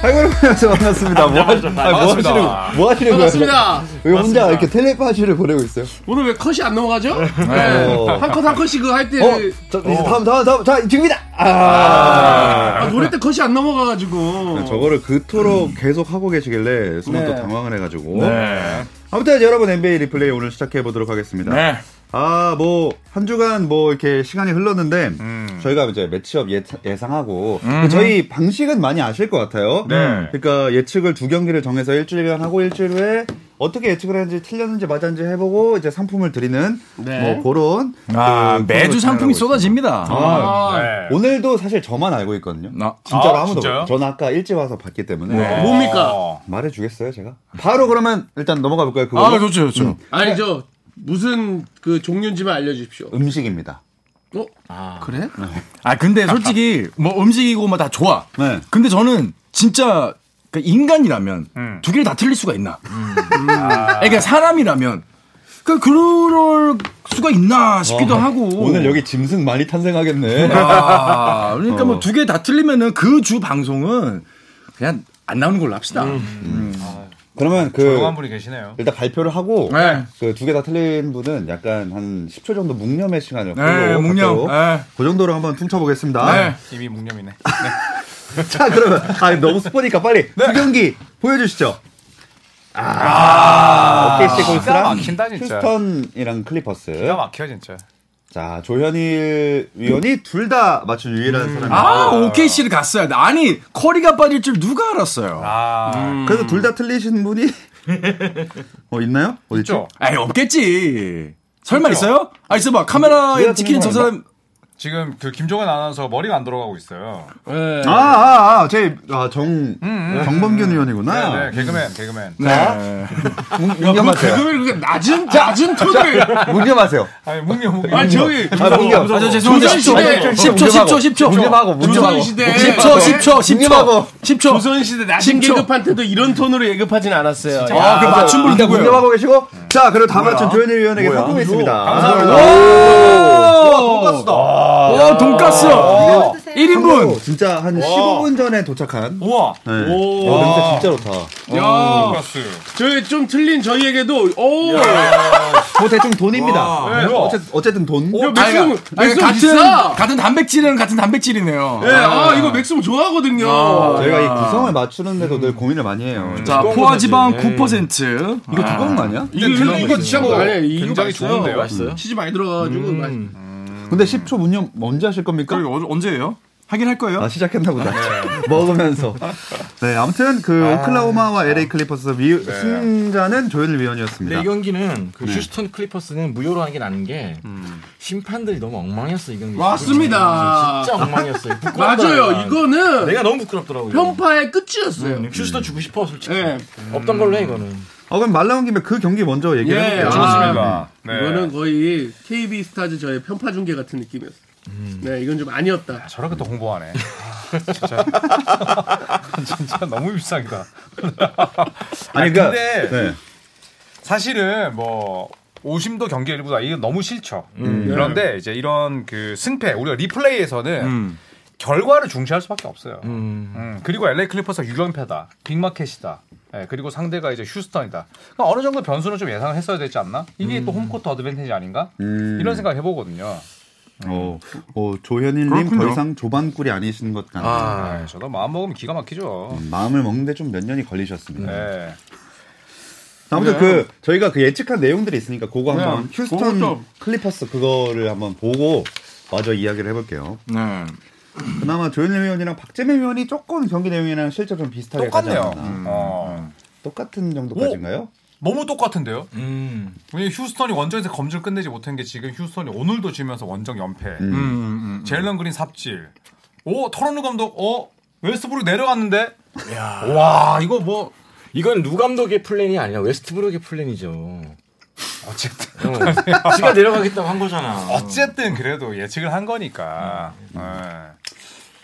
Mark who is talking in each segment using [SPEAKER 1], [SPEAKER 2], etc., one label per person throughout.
[SPEAKER 1] 팔걸음에서 만났습니다. 뭐, 하,
[SPEAKER 2] 반갑습니다.
[SPEAKER 1] 아니, 뭐 하시는
[SPEAKER 2] 반갑습니다.
[SPEAKER 1] 뭐 하시는 거예요?
[SPEAKER 3] 반갑습니다.
[SPEAKER 1] 왜 혼자
[SPEAKER 2] 반갑습니다.
[SPEAKER 1] 이렇게 텔레파시를 보내고 있어요?
[SPEAKER 3] 오늘 왜 컷이 안 넘어가죠?
[SPEAKER 4] 네.
[SPEAKER 2] 네.
[SPEAKER 1] 어.
[SPEAKER 3] 한 컷 한 컷씩 그 할 때
[SPEAKER 1] 어, 저, 이제 다음 다음 다음 자 지금이다. 아.
[SPEAKER 3] 아, 노래 때 컷이 안
[SPEAKER 2] 아.
[SPEAKER 3] 넘어가가지고
[SPEAKER 1] 저거를 그토록 계속 하고 계시길래 순간 또
[SPEAKER 3] 네.
[SPEAKER 1] 당황을 해가지고
[SPEAKER 2] 네.
[SPEAKER 1] 아무튼 여러분 NBA 리플레이 오늘 시작해 보도록 하겠습니다.
[SPEAKER 2] 네.
[SPEAKER 1] 아, 뭐, 한 주간 뭐, 이렇게 시간이 흘렀는데,
[SPEAKER 4] 음.
[SPEAKER 1] 저희가 이제 매치업 예, 상하고 저희 방식은 많이 아실 것 같아요.
[SPEAKER 2] 네.
[SPEAKER 1] 그러니까 예측을 두 경기를 정해서 일주일간 하고 일주일 후에 어떻게 예측을 했는지 틀렸는지 맞았는지 해보고, 이제 상품을 드리는,
[SPEAKER 3] 네.
[SPEAKER 1] 뭐, 그런.
[SPEAKER 4] 아,
[SPEAKER 1] 그 프로그램을
[SPEAKER 4] 매주 상품이
[SPEAKER 1] 진행하고
[SPEAKER 4] 쏟아집니다.
[SPEAKER 1] 있습니다. 아,
[SPEAKER 2] 네.
[SPEAKER 1] 오늘도 사실 저만 알고 있거든요.
[SPEAKER 4] 나-
[SPEAKER 1] 진짜로
[SPEAKER 2] 아,
[SPEAKER 1] 아무도.
[SPEAKER 2] 진짜요?
[SPEAKER 1] 저는 아까 일찍 와서 봤기 때문에.
[SPEAKER 4] 네.
[SPEAKER 1] 뭐
[SPEAKER 3] 뭡니까?
[SPEAKER 2] 어.
[SPEAKER 1] 말해주겠어요, 제가? 바로 그러면 일단 넘어가 볼까요? 그거
[SPEAKER 4] 아, 좋죠, 좋죠.
[SPEAKER 1] 음.
[SPEAKER 3] 아니 저 무슨 그 종류인지만 알려주십시오.
[SPEAKER 1] 음식입니다.
[SPEAKER 3] 어? 그래?
[SPEAKER 4] 아, 근데 솔직히 뭐 음식이고 뭐 다 좋아.
[SPEAKER 1] 네.
[SPEAKER 4] 근데 저는 진짜 그 인간이라면
[SPEAKER 1] 음.
[SPEAKER 4] 두 개를 다 틀릴 수가 있나? 아. 그러니까 사람이라면 그 그럴 수가 있나 싶기도 하고.
[SPEAKER 1] 어. 오늘 여기 짐승 많이 탄생하겠네.
[SPEAKER 4] 아, 그러니까
[SPEAKER 1] 어.
[SPEAKER 4] 뭐 두 개 다 틀리면은 그 주 방송은 그냥 안 나오는 걸로 합시다.
[SPEAKER 1] 음. 그러면 그
[SPEAKER 2] 조용한 분이 계시네요.
[SPEAKER 1] 일단 발표를 하고
[SPEAKER 4] 네.
[SPEAKER 1] 그 두 개 다 틀린 분은 약간 한 10초 정도 묵념의 시간을
[SPEAKER 4] 네,
[SPEAKER 1] 갖도록 할게요.
[SPEAKER 4] 묵념. 네.
[SPEAKER 1] 그 정도로 한번 퉁쳐보겠습니다.
[SPEAKER 4] 네.
[SPEAKER 2] 이미 묵념이네.
[SPEAKER 1] 자 그러면 아 너무 스포니까 빨리
[SPEAKER 2] 네.
[SPEAKER 1] 두 경기 보여주시죠. 아, OKC
[SPEAKER 2] 기가
[SPEAKER 1] 골스랑
[SPEAKER 2] 막힌다, 진짜.
[SPEAKER 1] 휴스턴이랑 클리퍼스.
[SPEAKER 2] 기가 막혀 진짜.
[SPEAKER 1] 자 조현일 위원이 둘 다 맞춘 유일한
[SPEAKER 2] 음.
[SPEAKER 1] 사람이에요.
[SPEAKER 4] 아, OKC를 갔어야 돼. 아니, 커리가 빠질 줄 누가 알았어요.
[SPEAKER 2] 아,
[SPEAKER 1] 그래서 둘 다 틀리신 분이 어 있나요? 어디 있죠?
[SPEAKER 2] 있죠.
[SPEAKER 4] 아니 없겠지. 설마 있어요? 아 있어봐 카메라에
[SPEAKER 1] 우리가
[SPEAKER 4] 찍히는 저 사람
[SPEAKER 2] 지금 그 김종현 아나운서 머리가 안 돌아가고 있어요.
[SPEAKER 3] 네.
[SPEAKER 1] 아, 아아아제아정 정범균 의원이구나.
[SPEAKER 2] 음, 네, 네, 개그맨, 개그맨.
[SPEAKER 4] 네.
[SPEAKER 1] 문념하세요.
[SPEAKER 3] 그걸 그 낮은 낮은 톤을
[SPEAKER 1] 문념하세요.
[SPEAKER 2] 아니 묵념, 묵념.
[SPEAKER 3] 아니 저기
[SPEAKER 1] 아, 문념.
[SPEAKER 4] 아, 저 죄송한데
[SPEAKER 3] 조선시대.
[SPEAKER 4] 10초 10초 10초 10초
[SPEAKER 1] 문념하고, 문념하고.
[SPEAKER 3] 조선시대
[SPEAKER 4] 10초 10초 10초
[SPEAKER 1] 문념하고.
[SPEAKER 4] 10초
[SPEAKER 3] 조선시대
[SPEAKER 4] 10초.
[SPEAKER 3] 낮은 계급한테도 이런 톤으로 예급하진 않았어요. 야.
[SPEAKER 4] 아그 맞춤 분
[SPEAKER 1] 일단
[SPEAKER 4] 누구예요?
[SPEAKER 1] 문념하고 계시고 자 그럼 다 맞춘 조현일 위원에게 상품이 있습니다. 아,
[SPEAKER 4] 돈가스다. 와 어, 돈가스. 1인분.
[SPEAKER 1] 한국으로 진짜 한 15분 전에 도착한.
[SPEAKER 2] 우와, 아,
[SPEAKER 1] 네. 와, 냄새 진짜 좋다.
[SPEAKER 3] 야.
[SPEAKER 2] 플러스.
[SPEAKER 3] 저희 좀 틀린 저희에게도 오.
[SPEAKER 1] 뭐 대충 돈입니다.
[SPEAKER 2] 와,
[SPEAKER 1] 네.
[SPEAKER 2] 뭐야.
[SPEAKER 1] 어쨌든, 어쨌든 돈.
[SPEAKER 3] 이거
[SPEAKER 4] 아니,
[SPEAKER 3] 맥스봉
[SPEAKER 4] 아니,
[SPEAKER 3] 맥스봉
[SPEAKER 4] 같은
[SPEAKER 3] 비싸.
[SPEAKER 4] 같은 단백질은 같은 단백질이네요.
[SPEAKER 3] 네, 아, 이거 맥스봉 좋아하거든요.
[SPEAKER 1] 저희가 이 구성을 맞추는데도 늘 고민을 많이 해요.
[SPEAKER 4] 자 포화 지방 네. 9%.
[SPEAKER 1] 이거 두꺼운 거 아니야?
[SPEAKER 3] 이거 이거, 이거 진짜 뭐 아니야. 이거
[SPEAKER 2] 굉장히
[SPEAKER 3] 맛있어요.
[SPEAKER 2] 좋은데요?
[SPEAKER 3] 맛있어요? 치즈 많이 들어가가지고 맛있-
[SPEAKER 1] 근데 10초 문념 언제 하실 겁니까?
[SPEAKER 4] 그리고 어- 언제예요? 하긴 할 거예요.
[SPEAKER 1] 아, 시작했나 보다. 먹으면서. 네, 아무튼 그 오클라호마와 LA 클리퍼스 미, 승자는 조현일 위원이었습니다.
[SPEAKER 5] 근데 네, 이 경기는 그 휴스턴 클리퍼스는 무효로 하는 게 나는 게 심판들이 너무 엉망이었어 이 경기.
[SPEAKER 3] 맞습니다.
[SPEAKER 5] 아, 진짜 엉망이었어요. 부끄럽다,
[SPEAKER 3] 맞아요.
[SPEAKER 5] 내가.
[SPEAKER 3] 이거는
[SPEAKER 5] 내가 너무 부끄럽더라고요. 음,
[SPEAKER 3] 편파의 끝이었어요.
[SPEAKER 5] 휴스턴 주고 싶어 솔직히.
[SPEAKER 3] 예.
[SPEAKER 5] 없던 걸로 해 이거는.
[SPEAKER 1] 어, 그럼 말 나온 김에 그 경기 먼저 얘기를
[SPEAKER 3] 예,
[SPEAKER 1] 해볼게요.
[SPEAKER 3] 좋습니다.
[SPEAKER 2] 아, 네.
[SPEAKER 3] 이거는 거의 KB 스타즈 저의 편파 중계 같은 느낌이었어. 네, 이건 좀 아니었다.
[SPEAKER 2] 저렇게 또 홍보하네. 아, 진짜. 진짜 너무 비싸이다.
[SPEAKER 1] 아니,
[SPEAKER 2] 아니,
[SPEAKER 1] 그러니까-
[SPEAKER 2] 근데
[SPEAKER 1] 네.
[SPEAKER 2] 사실은 뭐 오심도 경기 일부다 이거 너무 싫죠.
[SPEAKER 1] 음.
[SPEAKER 2] 음.
[SPEAKER 1] 네.
[SPEAKER 2] 그런데 이제 이런 그 승패 우리가 리플레이에서는
[SPEAKER 1] 음.
[SPEAKER 2] 결과를 중시할 수밖에 없어요. 음, 그리고 LA 클리퍼스가 유연패다, 빅마켓이다. 예, 그리고 상대가 이제 휴스턴이다. 그러니까 어느 정도 변수는 좀 예상을 했어야 되지 않나? 이게 또
[SPEAKER 1] 음.
[SPEAKER 2] 홈코트 어드밴티지 아닌가? 이런 생각 을 해보거든요.
[SPEAKER 1] 어,
[SPEAKER 2] 음.
[SPEAKER 1] 어, 조현일님 더 이상 조반꿀이 아니신 것 같네요.
[SPEAKER 2] 예, 저도 마음 먹으면 기가 막히죠.
[SPEAKER 1] 마음을 음. 먹는데 좀 몇 년이 걸리셨습니다.
[SPEAKER 2] 예. 네.
[SPEAKER 1] 아무튼 그 저희가 그 예측한 내용들이 있으니까 그거 한번 휴스턴
[SPEAKER 3] 그것도-
[SPEAKER 1] 클리퍼스 그거를 한번 보고 마저 이야기를 해볼게요.
[SPEAKER 4] 네.
[SPEAKER 1] 그나마 조현일 위원이랑 박재민 위원이 조금 경기 내용이랑 실제 좀 비슷하게
[SPEAKER 2] 똑같네요.
[SPEAKER 1] 가지 않았나. 음.
[SPEAKER 2] 어.
[SPEAKER 1] 똑같은 정도까지인가요?
[SPEAKER 2] 너무 똑같은데요?
[SPEAKER 5] 음.
[SPEAKER 2] 왜냐면 휴스턴이 원정에서 검증을 끝내지 못한 게 지금 휴스턴이 오늘도 지면서 원정 연패.
[SPEAKER 4] 음, 음,
[SPEAKER 2] 제일런 그린 삽질. 오 토론루 감독 어 웨스트브룩 내려갔는데. 와 이거 뭐
[SPEAKER 5] 이건 누 감독의 플랜이 아니라 웨스트브룩의 플랜이죠.
[SPEAKER 2] 어쨌든
[SPEAKER 5] 어. 지가 내려가겠다고 한 거잖아.
[SPEAKER 2] 어쨌든 그래도 예측을 한 거니까. 네.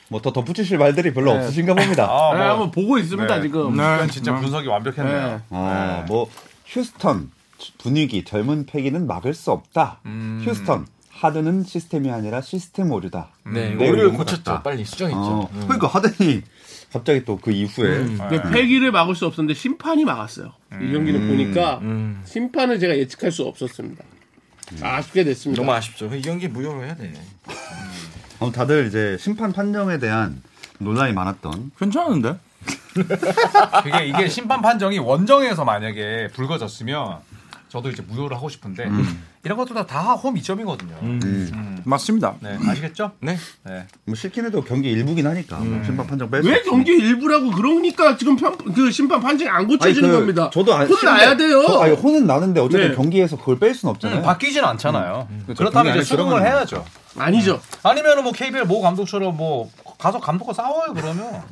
[SPEAKER 1] 뭐 더 덧붙이실 말들이 별로 없으신가 봅니다.
[SPEAKER 2] 아,
[SPEAKER 3] 네,
[SPEAKER 2] 뭐,
[SPEAKER 3] 한번 보고 있습니다
[SPEAKER 2] 네.
[SPEAKER 3] 지금.
[SPEAKER 4] 음. 네.
[SPEAKER 2] 이건 진짜 분석이 완벽했네요.
[SPEAKER 1] 아,
[SPEAKER 3] 음.
[SPEAKER 1] 뭐 휴스턴 분위기 젊은 패기는 막을 수 없다. 휴스턴 하드는 시스템이 아니라 시스템 오류다.
[SPEAKER 3] 음.
[SPEAKER 5] 네,
[SPEAKER 1] 내용이
[SPEAKER 5] 오류를
[SPEAKER 1] 너무
[SPEAKER 5] 고쳤죠.
[SPEAKER 1] 같다.
[SPEAKER 5] 빨리 수정했죠.
[SPEAKER 3] 그렇죠.
[SPEAKER 1] 어, 그러니까 하드니 갑자기 또 그 이후에
[SPEAKER 3] 근데 네, 패기를 막을 수 없었는데 심판이 막았어요. 이 경기는 보니까 심판을 제가 예측할 수 없었습니다. 아쉽게 됐습니다.
[SPEAKER 5] 너무 아쉽죠. 이 경기 무효로 해야 돼.
[SPEAKER 1] 아무튼 다들 이제 심판 판정에 대한 논란이 많았던
[SPEAKER 4] 괜찮은데?
[SPEAKER 2] 그게 이게 심판 판정이 원정에서 만약에 불거졌으면 저도 이제 무효를 하고 싶은데 이런 것들 다홈 2점이거든요.
[SPEAKER 4] 맞습니다.
[SPEAKER 2] 네, 아시겠죠?
[SPEAKER 5] 네.
[SPEAKER 2] 네.
[SPEAKER 1] 뭐 싫긴 해도 경기 일부긴 하니까 뭐 심판 판정 뺄수
[SPEAKER 3] 음. 왜
[SPEAKER 1] 없으니까.
[SPEAKER 3] 경기 일부라고 그러니까 지금 편, 그 심판 판정이 안 고쳐지는
[SPEAKER 1] 그,
[SPEAKER 3] 겁니다.
[SPEAKER 1] 저도 안-
[SPEAKER 3] 혼나야
[SPEAKER 1] 근데
[SPEAKER 3] 돼요.
[SPEAKER 1] 저- 아니, 혼은 나는데 어쨌든
[SPEAKER 3] 네. 음,
[SPEAKER 1] 경기에서 그걸 뺄 수는 없잖아요.
[SPEAKER 2] 바뀌진 않잖아요.
[SPEAKER 1] 경기
[SPEAKER 2] 그렇다면
[SPEAKER 1] 안에
[SPEAKER 2] 이제 수긍을
[SPEAKER 1] 들어가는
[SPEAKER 2] 해야죠.
[SPEAKER 3] 아니죠.
[SPEAKER 2] 아니면은 뭐 KBL 모 감독처럼 뭐 가서 감독과 싸워요 그러면.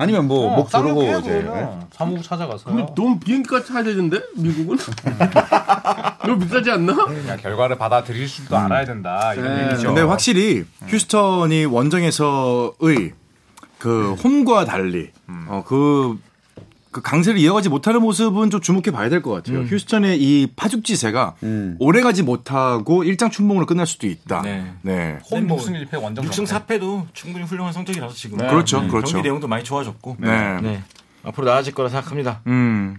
[SPEAKER 1] 아니면 뭐
[SPEAKER 2] 어,
[SPEAKER 1] 목
[SPEAKER 2] 싸우고
[SPEAKER 1] 조르고
[SPEAKER 2] 해요,
[SPEAKER 1] 이제 예?
[SPEAKER 2] 그러면. 사무국 찾아가서.
[SPEAKER 3] 근데 너무 비행기가 차야 되는데 미국은 너무 비싸지 않나?
[SPEAKER 2] 그냥 결과를 받아들일 수도 알아야 된다 이런
[SPEAKER 3] 네.
[SPEAKER 2] 얘기죠.
[SPEAKER 4] 근데 확실히 휴스턴이 원정에서의 그 홈과 달리 어, 그, 그 강세를 이어가지 못하는 모습은 좀 주목해 봐야 될 것 같아요. 휴스턴의 이 파죽지세가
[SPEAKER 1] 음.
[SPEAKER 4] 오래가지 못하고 일장춘몽으로 끝날 수도 있다.
[SPEAKER 5] 네.
[SPEAKER 4] 네.
[SPEAKER 2] 홈
[SPEAKER 5] 뭐
[SPEAKER 2] 6승 1패 원정.
[SPEAKER 5] 6승
[SPEAKER 2] 정패.
[SPEAKER 5] 4패도 충분히 훌륭한 성적이라서 지금. 음,
[SPEAKER 4] 그렇죠, 그렇죠.
[SPEAKER 5] 경기 내용도 많이 좋아졌고.
[SPEAKER 4] 네.
[SPEAKER 5] 네. 앞으로 나아질 거라 생각합니다.
[SPEAKER 4] 음.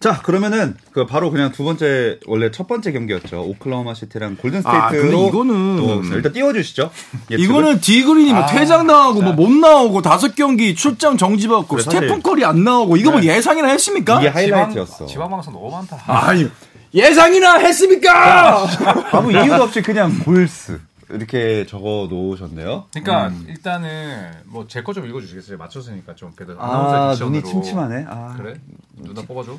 [SPEAKER 1] 자 그러면은 그 바로 그냥 두 번째 원래 첫 번째 경기였죠 오클라호마 시티랑 골든
[SPEAKER 4] 아, 근데
[SPEAKER 1] 스테이트로
[SPEAKER 4] 이거는-
[SPEAKER 1] 또 음, 일단 띄워주시죠. 예측을.
[SPEAKER 4] 음. 이거는 디그린이 뭐 퇴장 나오고 뭐 못 나오고 다섯 경기 출장 정지받고
[SPEAKER 1] 그래,
[SPEAKER 4] 스테픈
[SPEAKER 1] 사실-
[SPEAKER 4] 커리 안 나오고 이거 뭐 예상이나 했습니까?
[SPEAKER 1] 이게 하이라이트였어.
[SPEAKER 2] 아, 지방 방송 너무 많다.
[SPEAKER 4] 아니 예상이나 했습니까?
[SPEAKER 1] 아무 이유도 없이 그냥 골스 이렇게 적어 놓으셨네요.
[SPEAKER 2] 그러니까 일단은 뭐 제 거 좀 읽어주시겠어요? 맞췄으니까 좀 그래도
[SPEAKER 1] 아
[SPEAKER 2] 아나운서
[SPEAKER 1] 눈이
[SPEAKER 2] 액션으로.
[SPEAKER 1] 침침하네. 아.
[SPEAKER 2] 그래? 누나 뽑아줘.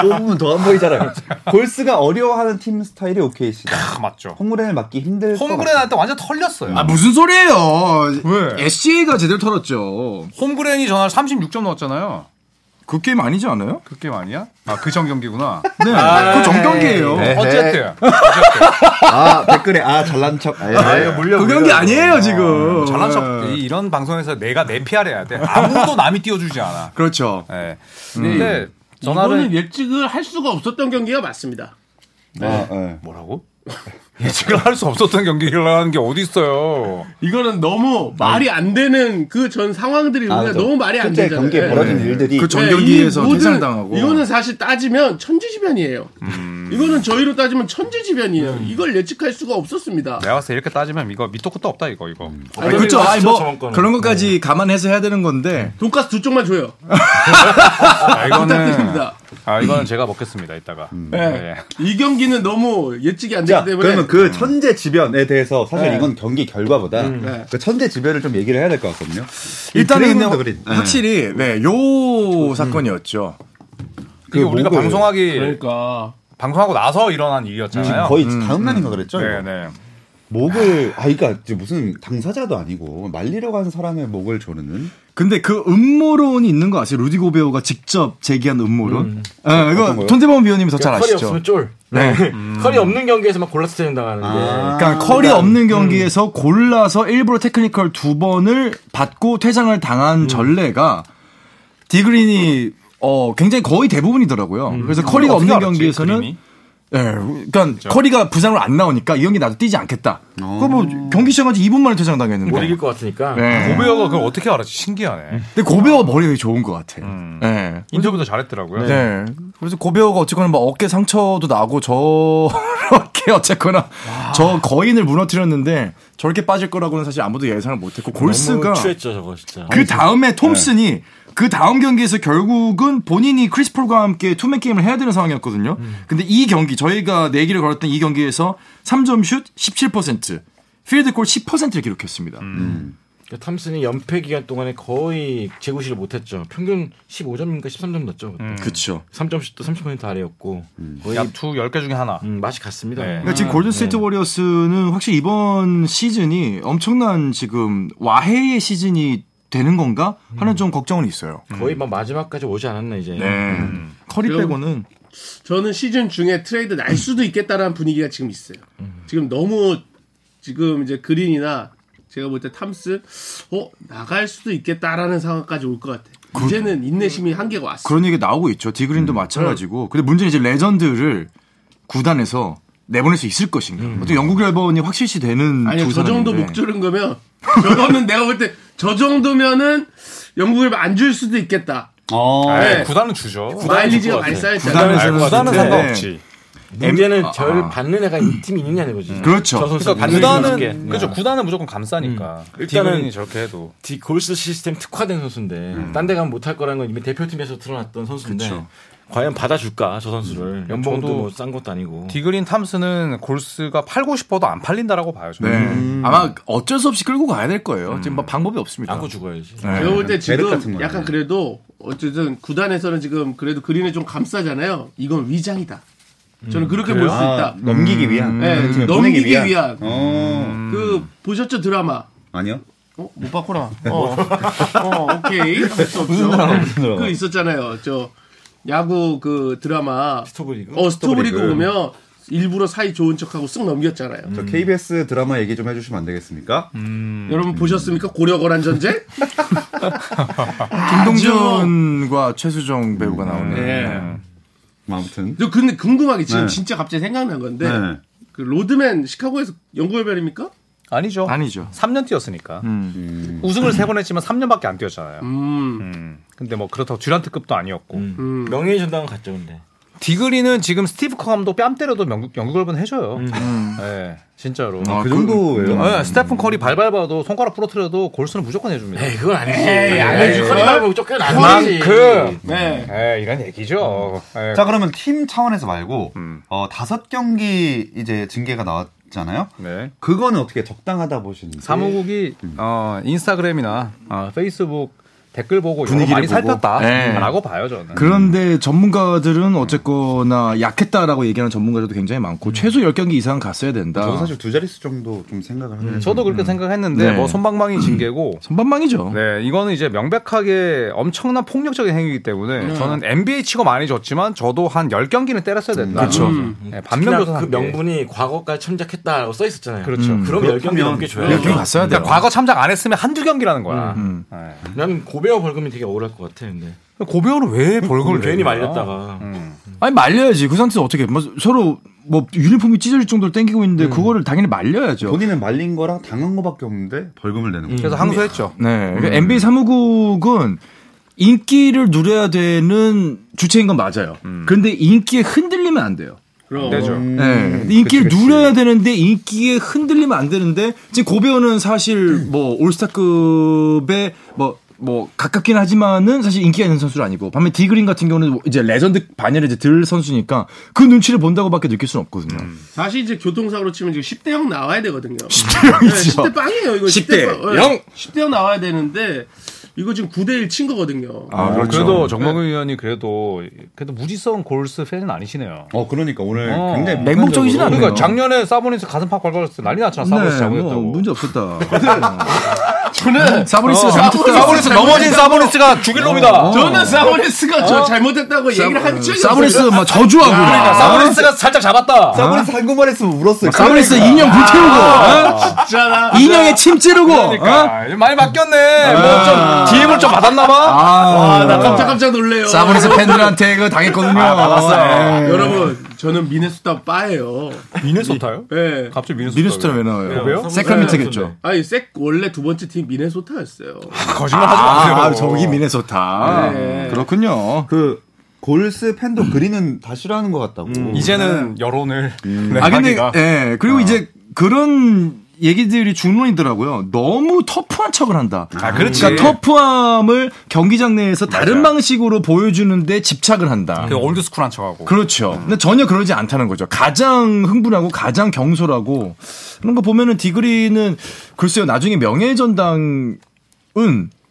[SPEAKER 1] 뽑으면 더 안 보이잖아요. 그렇죠? 골스가 어려워하는 팀 스타일이 OKC다.
[SPEAKER 2] 아, 맞죠.
[SPEAKER 1] 홈그랜을 막기 힘들 것 같다.
[SPEAKER 2] 홈그랜한테 완전 털렸어요.
[SPEAKER 4] 아 무슨 소리예요?
[SPEAKER 2] 왜?
[SPEAKER 4] SCA가 제대로 털었죠.
[SPEAKER 2] 홈그랜이 전날 36점 넣었잖아요.
[SPEAKER 4] 그 게임 아니지 않아요?
[SPEAKER 2] 그 게임 아니야? 아, 그 전 경기구나. 아,
[SPEAKER 4] 네, 그 정경기예요.
[SPEAKER 1] 네.
[SPEAKER 2] 어쨌든.
[SPEAKER 1] 아 댓글에 아 잘난 척. 아, 예.
[SPEAKER 2] 물려,
[SPEAKER 4] 그 경기 아니에요 지금.
[SPEAKER 2] 뭐 잘난 척.
[SPEAKER 4] 네.
[SPEAKER 2] 이런 방송에서 내가 내 PR 해야 돼. 아무도 남이 띄워주지 않아.
[SPEAKER 4] 그렇죠.
[SPEAKER 2] 예. 근데 전화를.
[SPEAKER 3] 이거는 예측을 할 수가 없었던 경기가 맞습니다.
[SPEAKER 1] 아, 예.
[SPEAKER 2] 뭐라고? 예측을 할 수 없었던 경기라는 게 어디 있어요?
[SPEAKER 3] 이거는 너무 말이 안 되는 그 전 상황들이 우리가
[SPEAKER 1] 아, 그죠.
[SPEAKER 3] 너무 말이 안
[SPEAKER 1] 실제
[SPEAKER 3] 되잖아요.
[SPEAKER 1] 경기에
[SPEAKER 3] 네.
[SPEAKER 1] 벌어진 일들이
[SPEAKER 4] 그 정-
[SPEAKER 3] 네,
[SPEAKER 4] 전경기에서
[SPEAKER 3] 이 모든-
[SPEAKER 4] 퇴장당하고.
[SPEAKER 3] 이거는 사실 따지면 천지지변이에요. 이거는 저희로 따지면 천지지변이에요. 이걸 예측할 수가 없었습니다.
[SPEAKER 2] 내가 봤을 때 이렇게 따지면 이거 밑도 끝도 없다 이거 이거.
[SPEAKER 4] 아니, 그렇죠. 아니 뭐
[SPEAKER 5] 저번 거는.
[SPEAKER 4] 그런 것까지 감안해서 해야 되는 건데.
[SPEAKER 3] 돈가스 두 쪽만 줘요.
[SPEAKER 2] 아, 이거는
[SPEAKER 3] 부탁드립니다.
[SPEAKER 2] 아 이거는 제가 먹겠습니다 이따가. 예.
[SPEAKER 3] 이 경기는 너무 예측이 안
[SPEAKER 1] 자,
[SPEAKER 3] 되기 때문에
[SPEAKER 1] 그러면 그 천재지변에 대해서 사실 이건 경기 결과보다
[SPEAKER 3] 네.
[SPEAKER 1] 그 천재지변을 좀 얘기를 해야 될 것 같거든요. 이
[SPEAKER 4] 일단은
[SPEAKER 1] 드레이먼드
[SPEAKER 4] 근데
[SPEAKER 1] 그린. 예.
[SPEAKER 4] 확실히 네, 네요 사건이었죠.
[SPEAKER 2] 이게 우리가
[SPEAKER 1] 목을-
[SPEAKER 2] 방송하기
[SPEAKER 3] 그러니까
[SPEAKER 2] 방송하고 나서 일어난 일이었잖아요.
[SPEAKER 1] 거의 다음 날인가 그랬죠? 이거?
[SPEAKER 2] 네네.
[SPEAKER 1] 목을 아 그러니까 이제 무슨 당사자도 아니고 말리려고 하는 사람의 목을 조르는
[SPEAKER 4] 근데 그 음모론이 있는 거 아세요? 루디 고베어가 직접 제기한 음모론. 예,
[SPEAKER 1] 어떤
[SPEAKER 4] 이거
[SPEAKER 1] 거요?
[SPEAKER 4] 손재범 위원님이 더 잘
[SPEAKER 5] 커리
[SPEAKER 4] 아시죠.
[SPEAKER 5] 없으면 쫄.
[SPEAKER 4] 네.
[SPEAKER 5] 커리 없는 경기에서 막 골라서 때린다는데.
[SPEAKER 2] 아,
[SPEAKER 4] 그러니까 커리
[SPEAKER 2] 음.
[SPEAKER 4] 없는 경기에서 골라서 일부러 테크니컬 두 번을 받고 퇴장을 당한
[SPEAKER 2] 음.
[SPEAKER 4] 전례가 디그린이 어 굉장히 거의 대부분이더라고요. 그래서 커리가
[SPEAKER 2] 음. 어떻게
[SPEAKER 4] 없는
[SPEAKER 2] 알았지,
[SPEAKER 4] 경기에서는
[SPEAKER 2] 그림이? 그렇죠.
[SPEAKER 4] 예, 그러니까 커리가 부상으로 안 나오니까 이 경기 나도 뛰지 않겠다.
[SPEAKER 2] 어.
[SPEAKER 4] 그거 뭐 경기 시작한 지 2분 만에 퇴장 당했는데.
[SPEAKER 5] 못 이길 것 같으니까.
[SPEAKER 4] 예.
[SPEAKER 2] 아, 고베어가 그걸 어떻게 알았지? 신기하네.
[SPEAKER 4] 근데 고베어 머리가 좋은 것 같아. 요 예.
[SPEAKER 2] 음. 인터뷰도 잘했더라고요.
[SPEAKER 4] 네. 그래서 고배우가 어쨌거나 막 어깨 상처도 나고 저렇게 어쨌거나 저 거인을 무너뜨렸는데 저렇게 빠질 거라고는 사실 아무도 예상을 못했고 골스가
[SPEAKER 5] 너무 추했죠 저거 진짜.
[SPEAKER 4] 그 다음에 톰슨이
[SPEAKER 5] 네.
[SPEAKER 4] 그 다음 경기에서 결국은 본인이 크리스폴과 함께 투맨 게임을 해야 되는 상황이었거든요.
[SPEAKER 5] 음.
[SPEAKER 4] 근데 이 경기 저희가 네 내기를 걸었던 이 경기에서 3점 슛 17%, 필드골 10%를 기록했습니다.
[SPEAKER 5] 그러니까 탐슨이 연패 기간 동안에 거의 재구실을 못했죠. 평균 15점인가 13점 넣었죠. 그때.
[SPEAKER 4] 그렇죠.
[SPEAKER 5] 3점슛도 30% 아래였고 거의
[SPEAKER 2] 야투 10개 중에 하나.
[SPEAKER 5] 음, 맛이 갔습니다.
[SPEAKER 2] 네.
[SPEAKER 4] 그러니까 지금 골든 스테이트 워리어스는 확실히 이번 시즌이 엄청난 지금 와해의 시즌이 되는 건가 하는
[SPEAKER 3] 음.
[SPEAKER 4] 좀 걱정은 있어요.
[SPEAKER 5] 거의 막 마지막까지 오지 않았나 이제.
[SPEAKER 3] 네.
[SPEAKER 4] 음. 커리
[SPEAKER 3] 그리고-
[SPEAKER 4] 빼고는
[SPEAKER 3] 저는 시즌 중에 트레이드 날 수도 있겠다라는 분위기가 지금 있어요. 지금 너무 지금 이제 그린이나 제가 볼 때 탐스 어 나갈 수도 있겠다라는 상황까지 올 것 같아. 이제는 인내심이 한계가
[SPEAKER 4] 그렇죠.
[SPEAKER 3] 왔어. 음.
[SPEAKER 4] 그런 얘기 나오고 있죠. 디그린도 마찬가지고. 근데 문제는 이제 레전드를 구단에서 내보낼 수 있을 것인가. 어떻게 영국 열번이 확실시 되는
[SPEAKER 3] 음. 아니
[SPEAKER 4] 두
[SPEAKER 3] 저그 정도
[SPEAKER 4] 사람인데.
[SPEAKER 3] 목 조른 거면 저거는 내가 볼 때 저 정도면은 영국에 안 줄 수도 있겠다.
[SPEAKER 1] 어.
[SPEAKER 2] 아이,
[SPEAKER 3] 네.
[SPEAKER 2] 구단은 주죠.
[SPEAKER 3] 마일리지가 많이 쌓였잖아.
[SPEAKER 2] 구단은,
[SPEAKER 4] 구단에서는
[SPEAKER 2] 구단은
[SPEAKER 4] 근데-
[SPEAKER 2] 상관없지.
[SPEAKER 5] 문제는 절 받는 애가 이 팀이 있느냐는 거지.
[SPEAKER 4] 그렇죠.
[SPEAKER 5] 저 선수
[SPEAKER 2] 그러니까 구단은
[SPEAKER 5] 네.
[SPEAKER 2] 그렇죠. 구단은 무조건 감싸니까.
[SPEAKER 5] 일단은-
[SPEAKER 2] 일단은 저렇게 해도
[SPEAKER 5] 디 골스 시스템 특화된 선수인데 딴 데 가면 못할 거라는 건 이미 대표팀에서 드러났던 선수인데 과연 받아줄까 저 선수를 연봉도
[SPEAKER 2] 저도
[SPEAKER 5] 뭐 싼 것도 아니고
[SPEAKER 2] 디그린 탐스는 골스가 팔고 싶어도 안 팔린다라고 봐요.
[SPEAKER 4] 네.
[SPEAKER 2] 저는. 음.
[SPEAKER 3] 음.
[SPEAKER 4] 아마 어쩔 수 없이 끌고 가야 될 거예요. 지금 뭐 방법이 없습니다.
[SPEAKER 5] 안고 죽어야지.
[SPEAKER 4] 네.
[SPEAKER 3] 제가 볼 때
[SPEAKER 1] 베르 같은
[SPEAKER 3] 지금
[SPEAKER 1] 거네.
[SPEAKER 3] 약간 그래도 어쨌든 구단에서는 지금 그래도 그린을 좀 감싸잖아요. 이건 위장이다. 저는 그렇게 볼 수
[SPEAKER 1] 아,
[SPEAKER 3] 있다.
[SPEAKER 1] 넘기기 위한.
[SPEAKER 3] 네,
[SPEAKER 1] 팀에
[SPEAKER 3] 넘기기
[SPEAKER 1] 음. 보내기
[SPEAKER 3] 위한.
[SPEAKER 1] 어.
[SPEAKER 3] 그 보셨죠 드라마?
[SPEAKER 1] 아니요.
[SPEAKER 3] 어? 못 봤구나. 어, 어 오케이. 무슨
[SPEAKER 1] 드라마, 무슨 드라마?
[SPEAKER 3] 그 있었잖아요. 저 야구 그 드라마.
[SPEAKER 5] 스토브리그?
[SPEAKER 3] 어, 스토브리그
[SPEAKER 1] 스토브리그.
[SPEAKER 3] 보면 일부러 사이 좋은 척하고 쓱 넘겼잖아요.
[SPEAKER 1] 저 KBS 드라마 얘기 좀 해주시면 안 되겠습니까?
[SPEAKER 3] 여러분 보셨습니까? 고려거란 전쟁?
[SPEAKER 4] 김동준과 최수정 배우가 나오는.
[SPEAKER 3] 네.
[SPEAKER 1] 아무튼.
[SPEAKER 3] 저 근데 궁금하게 지금
[SPEAKER 1] 네.
[SPEAKER 3] 진짜 갑자기 생각난 건데
[SPEAKER 1] 네.
[SPEAKER 3] 그 로드맨 시카고에서 연구개별입니까?
[SPEAKER 2] 아니죠.
[SPEAKER 4] 아니죠.
[SPEAKER 2] 3년 뛰었으니까. 우승을 세 번 했지만 3년밖에 안 뛰었잖아요.
[SPEAKER 3] 음.
[SPEAKER 2] 음. 근데 뭐 그렇다고 듀란트급도 아니었고.
[SPEAKER 5] 음. 명예의 전당은 갔죠 근데.
[SPEAKER 2] 디그리는 지금 스티브 커 감독 뺨 때려도 영국, 영국 얼번 해줘요. 예, 진짜로.
[SPEAKER 4] 아,
[SPEAKER 1] 그 정도예요.
[SPEAKER 2] 예, 스테픈 커리 발 밟아도 손가락 부러뜨려도 골수는 무조건 해줍니다.
[SPEAKER 3] 네.
[SPEAKER 5] 에이 그건 아니지.
[SPEAKER 3] 에이, 안 해줄
[SPEAKER 5] 에이,
[SPEAKER 3] 걸?
[SPEAKER 5] 말고 쫓겨 나가지.
[SPEAKER 2] 그만큼.
[SPEAKER 3] 네.
[SPEAKER 2] 예, 이런 얘기죠. 예.
[SPEAKER 1] 자 그러면 팀 차원에서 말고
[SPEAKER 2] 음.
[SPEAKER 1] 어, 다섯 경기 이제 징계가 나왔잖아요.
[SPEAKER 2] 네.
[SPEAKER 1] 그거는 어떻게 적당하다 보시는지.
[SPEAKER 4] 네.
[SPEAKER 2] 사무국이
[SPEAKER 4] 음.
[SPEAKER 2] 어, 인스타그램이나 어, 페이스북 댓글 보고 이거
[SPEAKER 4] 분위기를
[SPEAKER 2] 많이
[SPEAKER 4] 보고. 네.
[SPEAKER 2] 살폈다라고 봐요 저는.
[SPEAKER 4] 그런데 전문가들은 어쨌거나 약했다라고 얘기하는 전문가들도 굉장히
[SPEAKER 2] 음.
[SPEAKER 4] 많고 최소 10경기 이상 갔어야 된다.
[SPEAKER 1] 저도 사실 두 자릿수 정도 좀 생각을 하는데.
[SPEAKER 2] 아. 음, 네, 저도 그렇게 생각했는데
[SPEAKER 4] 네. 음.
[SPEAKER 2] 뭐 손방망이 징계고.
[SPEAKER 4] 선반망이죠.
[SPEAKER 2] 네, 이거는 이제 명백하게 엄청난 폭력적인 행위이기 때문에
[SPEAKER 5] 음.
[SPEAKER 2] 저는 NBA 치고 많이 졌지만 저도 한 10경기는 때렸어야 된다.
[SPEAKER 4] 그렇죠.
[SPEAKER 2] 네,
[SPEAKER 5] 특히나
[SPEAKER 2] 반면 교사
[SPEAKER 5] 그 명분이 과거까지 참작했다라고 써 있었잖아요. 음.
[SPEAKER 2] 그렇죠.
[SPEAKER 5] 그럼 열 경기 음. 넘게
[SPEAKER 4] 열 경기
[SPEAKER 5] 줘야.
[SPEAKER 4] 갔어야 돼요.
[SPEAKER 2] 그러니까 과거 참작 안 했으면 한두 경기라는 거야.
[SPEAKER 4] 음.
[SPEAKER 2] 네.
[SPEAKER 5] 난 고베어 벌금이 되게 억울할 것 같아 근데.
[SPEAKER 2] 고배우는 왜
[SPEAKER 4] 음.
[SPEAKER 2] 벌금을
[SPEAKER 5] 음. 괜히
[SPEAKER 2] 내는 거야?
[SPEAKER 5] 말렸다가.
[SPEAKER 2] 음.
[SPEAKER 4] 아니 말려야지. 그 상태에서 어떻게 뭐 서로 뭐 유니폼이 찢어질 정도로 땡기고 있는데
[SPEAKER 2] 네.
[SPEAKER 4] 그거를 당연히 말려야죠.
[SPEAKER 1] 본인은 말린 거랑 당한 거밖에 없는데 벌금을 내는 거죠.
[SPEAKER 2] 그래서 항소했죠.
[SPEAKER 4] 네.
[SPEAKER 2] 음.
[SPEAKER 4] 그러니까 NBA 사무국은 인기를 누려야 되는 주체인 건 맞아요.
[SPEAKER 2] 음.
[SPEAKER 4] 그런데 인기에 흔들리면 안 돼요.
[SPEAKER 3] 그럼
[SPEAKER 2] 되죠.
[SPEAKER 1] 음.
[SPEAKER 4] 네. 근데 인기를 누려야 되는데 인기에 흔들리면 안 되는데 지금 고배우는 사실 뭐 올스타급에 뭐 뭐 가깝긴 하지만 사실 인기가 있는 선수는 아니고 반면 디그린 같은 경우는 뭐 이제 레전드 반열에 이제 들 선수니까 그 눈치를 본다고밖에 느낄 수는 없거든요.
[SPEAKER 2] 음.
[SPEAKER 3] 사실 이제 교통사고로 치면 지금 10대 0 나와야 되거든요.
[SPEAKER 2] 네,
[SPEAKER 3] 네,
[SPEAKER 4] 10대 0이죠.
[SPEAKER 3] 10대 빵이에요. 이거
[SPEAKER 4] 10대
[SPEAKER 3] 10대 빵. 네.
[SPEAKER 4] 영.
[SPEAKER 3] 10대 0 나와야 되는데 이거 지금 9대 1 친 거거든요.
[SPEAKER 4] 아,
[SPEAKER 2] 그
[SPEAKER 4] 그렇죠.
[SPEAKER 2] 래도 정범 의원이 그래도 그래도 무지성 골스 팬은 아니시네요.
[SPEAKER 1] 어 그러니까 오늘
[SPEAKER 2] 어.
[SPEAKER 1] 굉장히
[SPEAKER 4] 맹목적이진 않네요.
[SPEAKER 2] 그러니까 작년에 사보니스 가슴 팍 밟았을 때 난리 났잖아. 사보니스
[SPEAKER 4] 뭐
[SPEAKER 2] 잘못했다고.
[SPEAKER 4] 문제 없었다.
[SPEAKER 3] 저는
[SPEAKER 4] 사보니스가
[SPEAKER 2] 어,
[SPEAKER 4] 잘못했다. 어?
[SPEAKER 2] 사보니스 넘어진 사보니스가 죽일 놈이다.
[SPEAKER 3] 저는 사보니스가 저 잘못했다고 얘기를 한 적이
[SPEAKER 4] 아. 사브리스
[SPEAKER 3] 없어요.
[SPEAKER 4] 막 저주하고
[SPEAKER 2] 그러니까
[SPEAKER 4] 그래.
[SPEAKER 2] 사보니스가 살짝 잡았다.
[SPEAKER 1] 사브리스 한국말 했으면 울었어요.
[SPEAKER 4] 사브리스 인형 불태우고 어?
[SPEAKER 3] 진짜
[SPEAKER 4] 인형에 침 찌르고 어?
[SPEAKER 2] 그러니까 많이 바뀌었네. 뭐좀 DM을 좀 받았나 봐.
[SPEAKER 4] 아,
[SPEAKER 3] 나 깜짝깜짝 놀래요. 아,
[SPEAKER 4] 사브리스 팬들한테 그 당했거든요. 예.
[SPEAKER 3] 여러분 저는 미네소타 빠예요.
[SPEAKER 2] 미네소타요?
[SPEAKER 3] 예.
[SPEAKER 2] 갑자기 미네소타.
[SPEAKER 4] 아. 미네소타 왜 나와요?
[SPEAKER 2] 왜요?
[SPEAKER 4] 세크라멘트겠죠.
[SPEAKER 3] 아니 색 원래 두 번째 팀 미네소타였어요.
[SPEAKER 2] 거짓말 하지 마세요.
[SPEAKER 4] 아, 저기 미네소타.
[SPEAKER 3] 네.
[SPEAKER 4] 그렇군요.
[SPEAKER 1] 그 골스 팬도 그리는 다 싫어하는 것 같다고.
[SPEAKER 2] 음. 이제는 여론을. 네,
[SPEAKER 4] 아 근데
[SPEAKER 2] 하기가.
[SPEAKER 4] 예. 그리고 이제 그런 얘기들이 중론이더라고요. 너무 터프한 척을 한다.
[SPEAKER 2] 아, 그렇지.
[SPEAKER 4] 그러니까 터프함을 경기장 내에서 다른 방식으로 보여주는데 집착을 한다.
[SPEAKER 2] 그 올드스쿨한 척하고.
[SPEAKER 4] 그렇죠. 근데 전혀 그러지 않다는 거죠. 가장 흥분하고 가장 경솔하고 그런 거 보면은 디그리는 글쎄요 나중에 명예전당은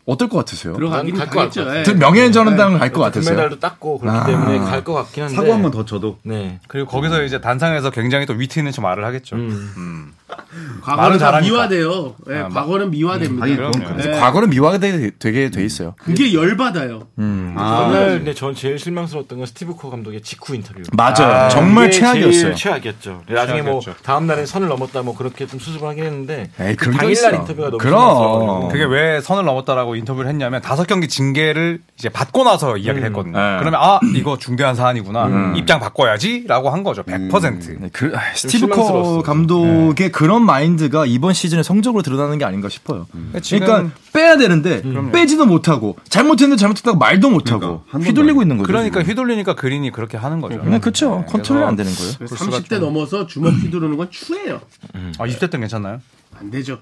[SPEAKER 4] 어떨 것 같으세요? 그
[SPEAKER 3] 들어가긴
[SPEAKER 5] 갈 거야,
[SPEAKER 3] 가겠죠.
[SPEAKER 5] 갈 거야.
[SPEAKER 3] 예.
[SPEAKER 4] 명예전당을 갈 것 같으세요?
[SPEAKER 5] 금메달도 땄고 그렇기
[SPEAKER 4] 아.
[SPEAKER 5] 때문에 갈 것 같긴 한데.
[SPEAKER 1] 사고 한 번 더 쳐도
[SPEAKER 5] 네.
[SPEAKER 2] 음. 그리고 거기서 이제 단상에서 굉장히 또 위트 있는 저 말을 하겠죠.
[SPEAKER 5] 음.
[SPEAKER 3] 네. 과거는 다
[SPEAKER 2] 잘하니까.
[SPEAKER 3] 미화돼요.
[SPEAKER 4] 아,
[SPEAKER 3] 예, 과거는 미화됩니다.
[SPEAKER 1] 아니, 그건
[SPEAKER 2] 그럼요.
[SPEAKER 1] 그래.
[SPEAKER 3] 예,
[SPEAKER 4] 과거는 미화되게 되게 돼 있어요.
[SPEAKER 3] 그게 열받아요.
[SPEAKER 4] 음,
[SPEAKER 1] 아,
[SPEAKER 5] 정말 근데 전 제일 실망스러웠던 건 스티브 커 감독의 직후 인터뷰.
[SPEAKER 4] 맞아요.
[SPEAKER 2] 아,
[SPEAKER 4] 정말
[SPEAKER 5] 그게 제일
[SPEAKER 4] 최악이었어요.
[SPEAKER 5] 최악이었죠. 나중에 뭐
[SPEAKER 2] 최악이었죠.
[SPEAKER 5] 다음 날에 선을 넘었다 뭐 그렇게 좀 수습을 하긴 했는데
[SPEAKER 4] 에이,
[SPEAKER 5] 그
[SPEAKER 4] 그런 게
[SPEAKER 5] 당일날
[SPEAKER 4] 있어.
[SPEAKER 5] 인터뷰가 너무
[SPEAKER 4] 그럼.
[SPEAKER 5] 심했어가지고.
[SPEAKER 2] 그게 왜 선을 넘었다라고 인터뷰를 했냐면 다섯 경기 징계를 이제 받고 나서 이야기를
[SPEAKER 5] 음.
[SPEAKER 2] 했거든요.
[SPEAKER 4] 네.
[SPEAKER 2] 그러면 아 이거 중대한 사안이구나 입장 바꿔야지라고 한 거죠.
[SPEAKER 5] 음.
[SPEAKER 2] 100%.
[SPEAKER 4] 네, 그, 아, 스티브
[SPEAKER 5] 실망스러웠어요.
[SPEAKER 4] 커 감독의 그런 마인드가 이번 시즌에 성적으로 드러나는 게 아닌가 싶어요.
[SPEAKER 2] 지금-
[SPEAKER 4] 그러니까 빼야 되는데 빼지도 못하고 잘못했는데 잘못했다고 말도 못하고
[SPEAKER 1] 그러니까, 한
[SPEAKER 4] 휘둘리고
[SPEAKER 1] 번도
[SPEAKER 4] 있는 거죠.
[SPEAKER 2] 그러니까
[SPEAKER 4] 지금.
[SPEAKER 2] 휘둘리니까 그린이 그렇게 하는 거죠.
[SPEAKER 5] 음.
[SPEAKER 4] 네, 그렇죠. 컨트롤이
[SPEAKER 2] 그래서-
[SPEAKER 4] 안 되는 거예요.
[SPEAKER 3] 30대 넘어서 주먹 휘두르는 건 추해요.
[SPEAKER 2] 아 20대 때는 괜찮나요?
[SPEAKER 3] 안 되죠.